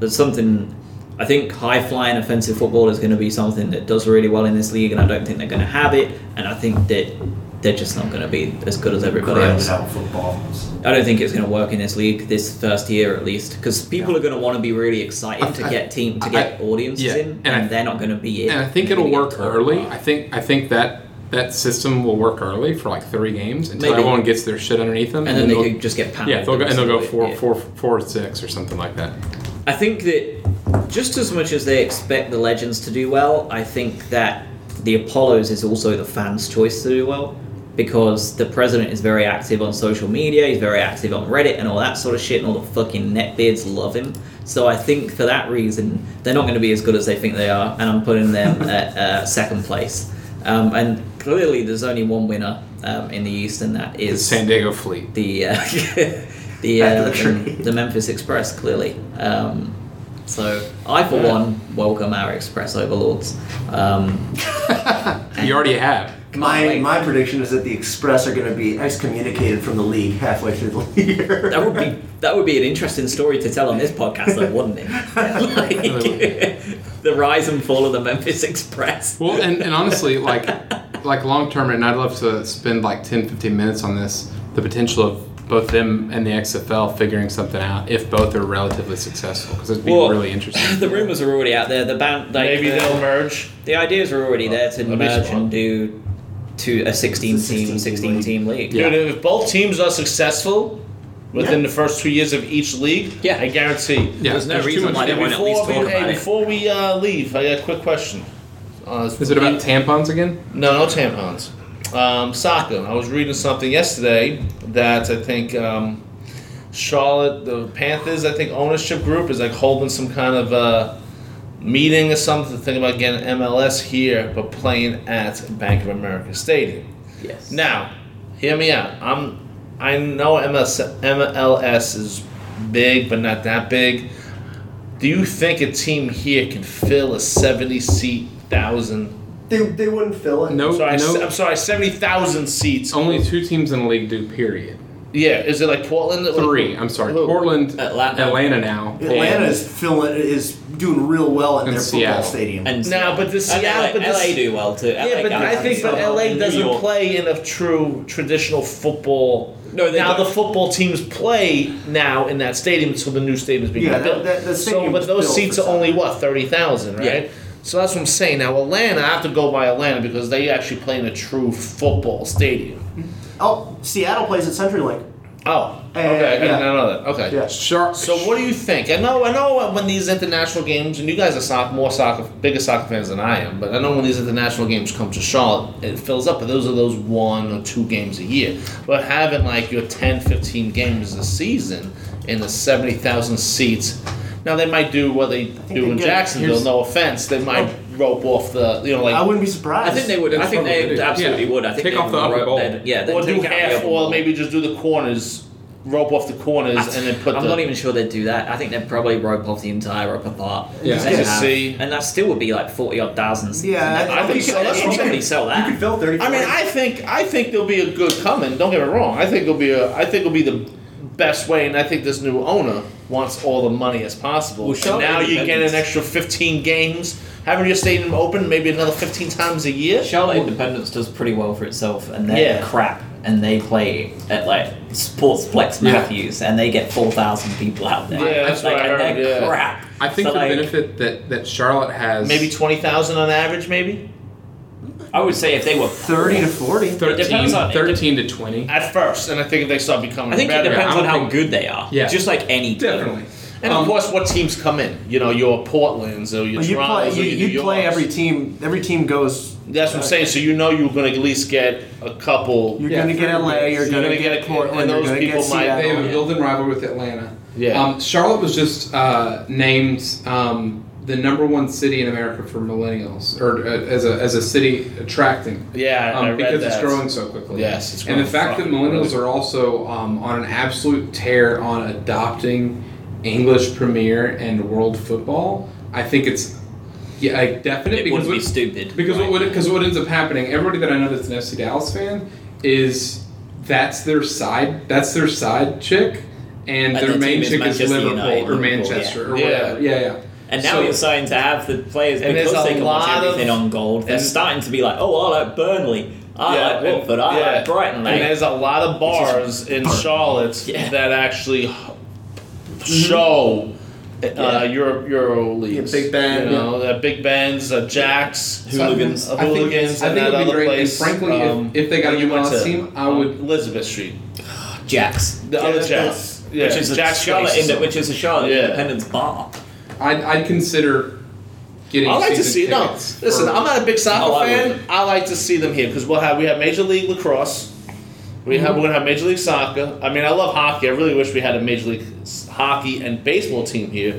D: There's something. I think high flying offensive football is going to be something that does really well in this league, and I don't think they're going to have it. And I think that they're just not going to be as good as everybody
K: Grounded
D: else.
K: out footballs.
D: I don't think it's going to work in this league this first year at least because people are going to want to be really excited
A: I-
D: to
A: I-
D: get team to
A: I-
D: get audiences
A: yeah,
D: in,
A: and
D: and,
A: I-
D: they're not going to be in.
A: and I think it'll work early. I think I think that that system will work early for like three games until
D: Maybe.
A: everyone gets their shit underneath them,
D: and then they
A: they'll-
D: could just get panned.
A: yeah, they'll go, and they'll go four,
D: Yeah.
A: four, four, or six or something like that.
D: I think that just as much as they expect the legends to do well, I think that the Apollos is also the fans' choice to do well because the president is very active on social media, he's very active on Reddit and all that sort of shit, and all the fucking netbeards love him. So I think for that reason, they're not going to be as good as they think they are, and I'm putting them at uh, second place. Um, and clearly, there's only one winner um, in the East, and that
A: It's
D: is
A: San Diego Fleet.
D: the uh, *laughs* the, uh,
B: Back to the
D: the
B: tree.
D: the Memphis Express clearly. Um, so I for one welcome our Express overlords. Um,
A: You already have.
B: My
D: wait.
B: my prediction is that the Express are going to be excommunicated from the league halfway through the *laughs* year.
D: that would *laughs* be that would be an interesting story to tell on this podcast, though, wouldn't *laughs* it? like, the rise and fall of the Memphis Express.
A: Well, and, and honestly, like like long term, and I'd love to spend like 10, 15 minutes on this. The potential of both them and the XFL figuring something out if both are relatively successful because it'd be
D: Well,
A: really interesting.
D: *laughs* the rumors are already out there. The band, like, uh,
C: Maybe
D: the,
C: they'll merge.
D: the ideas are already there to
C: That'd be
D: merge
C: smart.
D: and do to a sixteen
B: 16
D: team, sixteen team league.
A: Yeah.
C: Dude, if both teams are successful within
B: Yeah.
C: the first two years of each league,
D: Yeah.
C: I guarantee.
A: Yeah,
D: There's no
A: there's too
D: reason
A: much-
D: why they won't at least
C: Before we,
D: talk
C: hey,
D: about it.
C: before we uh, leave, I got a quick question. Uh,
A: Is it about tampons again?
C: No, no tampons. Um, soccer. I was reading something yesterday that I think um, Charlotte, the Panthers, I think ownership group is like holding some kind of uh, meeting or something, thinking about getting MLS here, but playing at Bank of America Stadium.
D: Yes.
C: Now, hear me out. I'm I know MLS, MLS is big, but not that big. Do you think a team here can fill a seventy seat thousand?
B: they, they wouldn't fill it.
A: No,
C: Sorry,
A: no.
C: I'm sorry, seventy thousand seats.
A: Oh, Only two teams in the league do. Period.
C: Yeah, is it like Portland?
A: Three. I'm sorry.
C: Who?
A: Portland,
D: Atlanta.
A: Atlanta now.
B: Atlanta is filling is doing real well in
A: And
B: their
A: Seattle.
B: football stadium.
D: And
C: No, but the
D: And
C: Seattle,
D: LA,
C: but the-
D: LA do well too. LA
C: Yeah, but
D: guys
C: I think but
D: do well.
C: LA
D: New
C: doesn't
D: York.
C: play in a true traditional football.
D: No, they
C: now
D: don't.
C: the football teams play now in that stadium until the new stadium's being
B: Yeah, that-
C: built.
B: that- that
C: so,
B: stadium
C: but
B: was
C: those
B: built
C: seats
B: for
C: are only what thirty thousand, right? So that's what I'm saying. Now Atlanta, I have to go by Atlanta because they actually play in a true football stadium.
B: oh, Seattle plays at CenturyLink.
C: Oh,
B: Uh,
C: okay. I
B: yeah.
C: did not know that. Okay.
B: Yeah.
A: Sharp.
C: So what do you think? I know, I know when these international games, and you guys are soc more soccer, bigger soccer fans than I am, but I know when these international games come to Charlotte, it fills up, but those are those one or two games a year. But having like your 10, 15 games a season in the 70,000 seats, now they might do what they do
B: they
C: in
B: get-
C: Jacksonville,
B: here's-
C: no offense, they might rope off the, you know, like,
B: I wouldn't be surprised.
D: Oh. I think they would. I
A: That's
D: think
A: probably
D: they
A: it.
D: absolutely
A: Yeah.
D: would. I think
A: Take
D: they
A: off the
D: would
A: upper
D: rope
A: bowl.
D: that- Yeah, they'd
C: or do
D: take out the
C: half,
D: upper
C: or
D: bowl.
C: maybe just do the corners, rope off the corners,
D: I-
C: and then put
D: I'm
C: the.
D: not even sure they'd do that. I think they'd probably rope off the entire upper part.
A: Yeah.
D: And,
C: Just
D: have-
C: see.
D: and that still would be like forty odd thousand. seats.
B: Yeah,
D: And that-
C: I think
D: you
C: so.
D: could-
C: That's what
D: you
C: I'm
D: could
C: saying.
D: probably sell
B: You
D: that.
B: could fill 30.
C: I mean, I think I think there'll be a good coming. Don't get me wrong. I think it'll be a. I think it'll be the best way, and I think this new owner wants all the money as possible.
D: Well,
C: and
D: Charlotte
C: now you get
D: Independence-
C: an extra fifteen games. Having your stadium open maybe another fifteen times a year.
D: Charlotte Independence does pretty well for itself, and they're
C: Yeah.
D: crap, and they play at like Sportsplex
A: Yeah.
D: Matthews, and they get four thousand people out there.
C: Yeah, that's
D: like,
C: what I
D: and
C: heard,
D: They're
C: yeah.
D: crap.
A: I think
D: So,
A: the
D: like,
A: benefit that, that Charlotte has
C: Maybe twenty thousand on average. Maybe
D: I would say if they were
B: 30 to 40.
A: 13,
D: depends on- it
A: 13 to 20.
C: at first, and I think if they start becoming
D: I think it
C: better,
D: depends
A: I
D: on
A: don't
D: how
A: think-
D: good they are.
A: Yeah.
D: just like any team.
A: Definitely.
C: and of
A: Um,
C: course, what teams come in? You know, your Portland's or your
B: But you play,
C: Toronto's
B: you,
C: or your
B: you
C: New
B: play
C: York's.
B: every team. Every team goes.
C: That's what I'm saying. So you know you're going to at least get a couple.
B: You're
A: Yeah,
B: going to get
A: three
B: LA. You're
C: You're
B: going to
C: gonna
B: get
C: get-
B: Portland.
C: and
B: You're
C: those
B: going to get
C: people might-
A: They have
B: Seattle.
A: a built-in rivalry with Atlanta.
C: Yeah.
A: Um, Charlotte was just uh, named um, the number one city in America for millennials, or uh, as a as a city attracting.
C: Yeah, I
A: Um,
C: read
A: because
C: that.
A: it's growing so quickly.
C: Yes, it's
A: and the
C: growing
A: fact that
C: fucking
A: millennials
C: quickly.
A: are also um, on an absolute tear on adopting English Premier and world football, I think it's yeah, like definite
D: It
A: because
D: would be
A: what-
D: stupid.
A: because
D: right?
A: what because what ends up happening, everybody that I know that's an FC Dallas fan is that's their side that's their side chick, and
D: And
A: their
D: their
A: main
D: team is
A: chick is
D: Manchester
A: Liverpool
D: United,
A: or
D: Liverpool,
A: Manchester or
C: yeah.
A: whatever. Yeah, yeah.
D: And now
A: So-
D: you're starting to have the players
C: And
D: because
C: there's a
D: they can watch
C: lot of-
D: everything on gold. They're
C: and-
D: starting to be like, oh, I like Burnley, I like Watford, I
C: yeah.
D: like Brighton. Like,
C: And there's a lot of bars in
D: *clears throat*
C: Charlotte
D: Yeah. Mm-hmm.
C: that actually h- show uh,
D: Yeah.
C: Euro Euro leagues.
B: Big Ben,
C: you know, uh, Big Ben's, uh, Jacks,
D: Hooligans.
C: uh,
A: I think-
C: hooligans,
A: I think
C: and that
A: it'd be
C: other
A: great, and
C: place.
A: frankly, if-
C: um,
A: if they got
C: where
A: a
C: you went
A: MLS
C: to,
A: team, I
C: um,
A: would-
C: Elizabeth Street,
D: Jacks,
C: the other Jacks,
B: that's-
C: yeah,
D: which is a
C: Jack's
D: Charlotte,
C: place.
D: Inde- which is a Charlotte
C: Yeah.
D: Independence bar.
A: I'd, I'd consider getting.
C: I like to
A: season
C: see no.
A: tickets for-
C: Listen, I'm not a big soccer
D: Oh, I
C: fan.
D: would.
C: I like to see them here because we'll have we have Major League Lacrosse. We
A: Mm-hmm.
C: have we're gonna have Major League Soccer. I mean, I love hockey. I really wish we had a Major League s- hockey and baseball team here.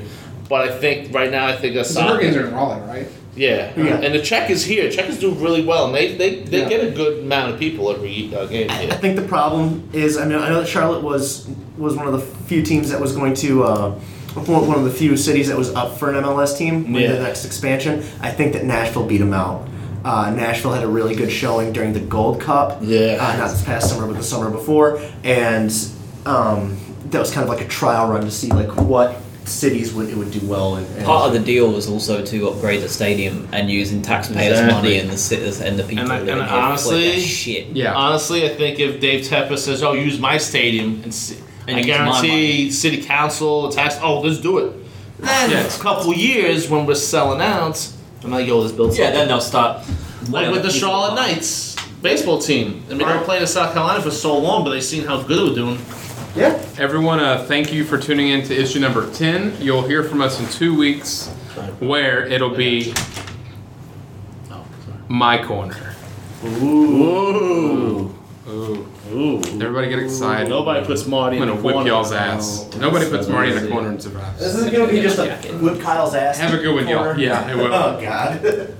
C: But I think right now I think a
A: the Hurricanes are
C: soccer.
A: in Raleigh, right?
C: Yeah.
B: Yeah.
C: and the Czech is here. Czech is doing really well, and they they, they
A: Yeah.
C: get a good amount of people every uh, game
B: I
C: here.
B: think the problem is, I mean, I know that Charlotte was was one of the few teams that was going to, uh, one one of the few cities that was up for an MLS team with
C: Yeah.
B: the next expansion. I think that Nashville beat them out. Uh, Nashville had a really good showing during the Gold Cup.
C: Yeah.
B: Uh, not this past summer, but the summer before, and um, that was kind of like a trial run to see like what cities would it would do well in. and-
A: Uh,
D: Part of the deal was also to upgrade the stadium and using taxpayers'
C: Exactly.
D: money and the citizens and the people
C: And I-
D: living
C: and
D: here for
C: honestly-
D: that shit.
A: Yeah.
C: Honestly, I think if Dave Tepper says, "Oh, use my stadium," and si-
D: And
C: I
D: use my
C: guarantee
D: money.
C: city council tax, oh, let's do it. Then
A: Yeah.
C: a couple years when we're selling out, I'm like, "Yo, this builds
D: Yeah,
C: up."
D: then they'll start
C: like with the Charlotte Knights baseball team. I mean, they were playing in South Carolina for so long, but they seen how good it was doing.
B: yeah.
A: Everyone, uh, thank you for tuning in to issue number 10. You'll hear from us in two weeks where it'll be
C: Oh,
A: my corner.
C: Ooh,
A: Ooh.
C: ooh.
A: Everybody get excited.
C: Nobody puts Marty
A: I'm
C: in
A: going
C: the
A: to whip
C: corner.
A: y'all's ass. Nobody puts Marty in a corner and survives.
B: This is gonna be just a whip Kyle's ass.
A: Have a good one, y'all.
B: corner.
A: Yeah, it will.
B: *laughs* Oh God.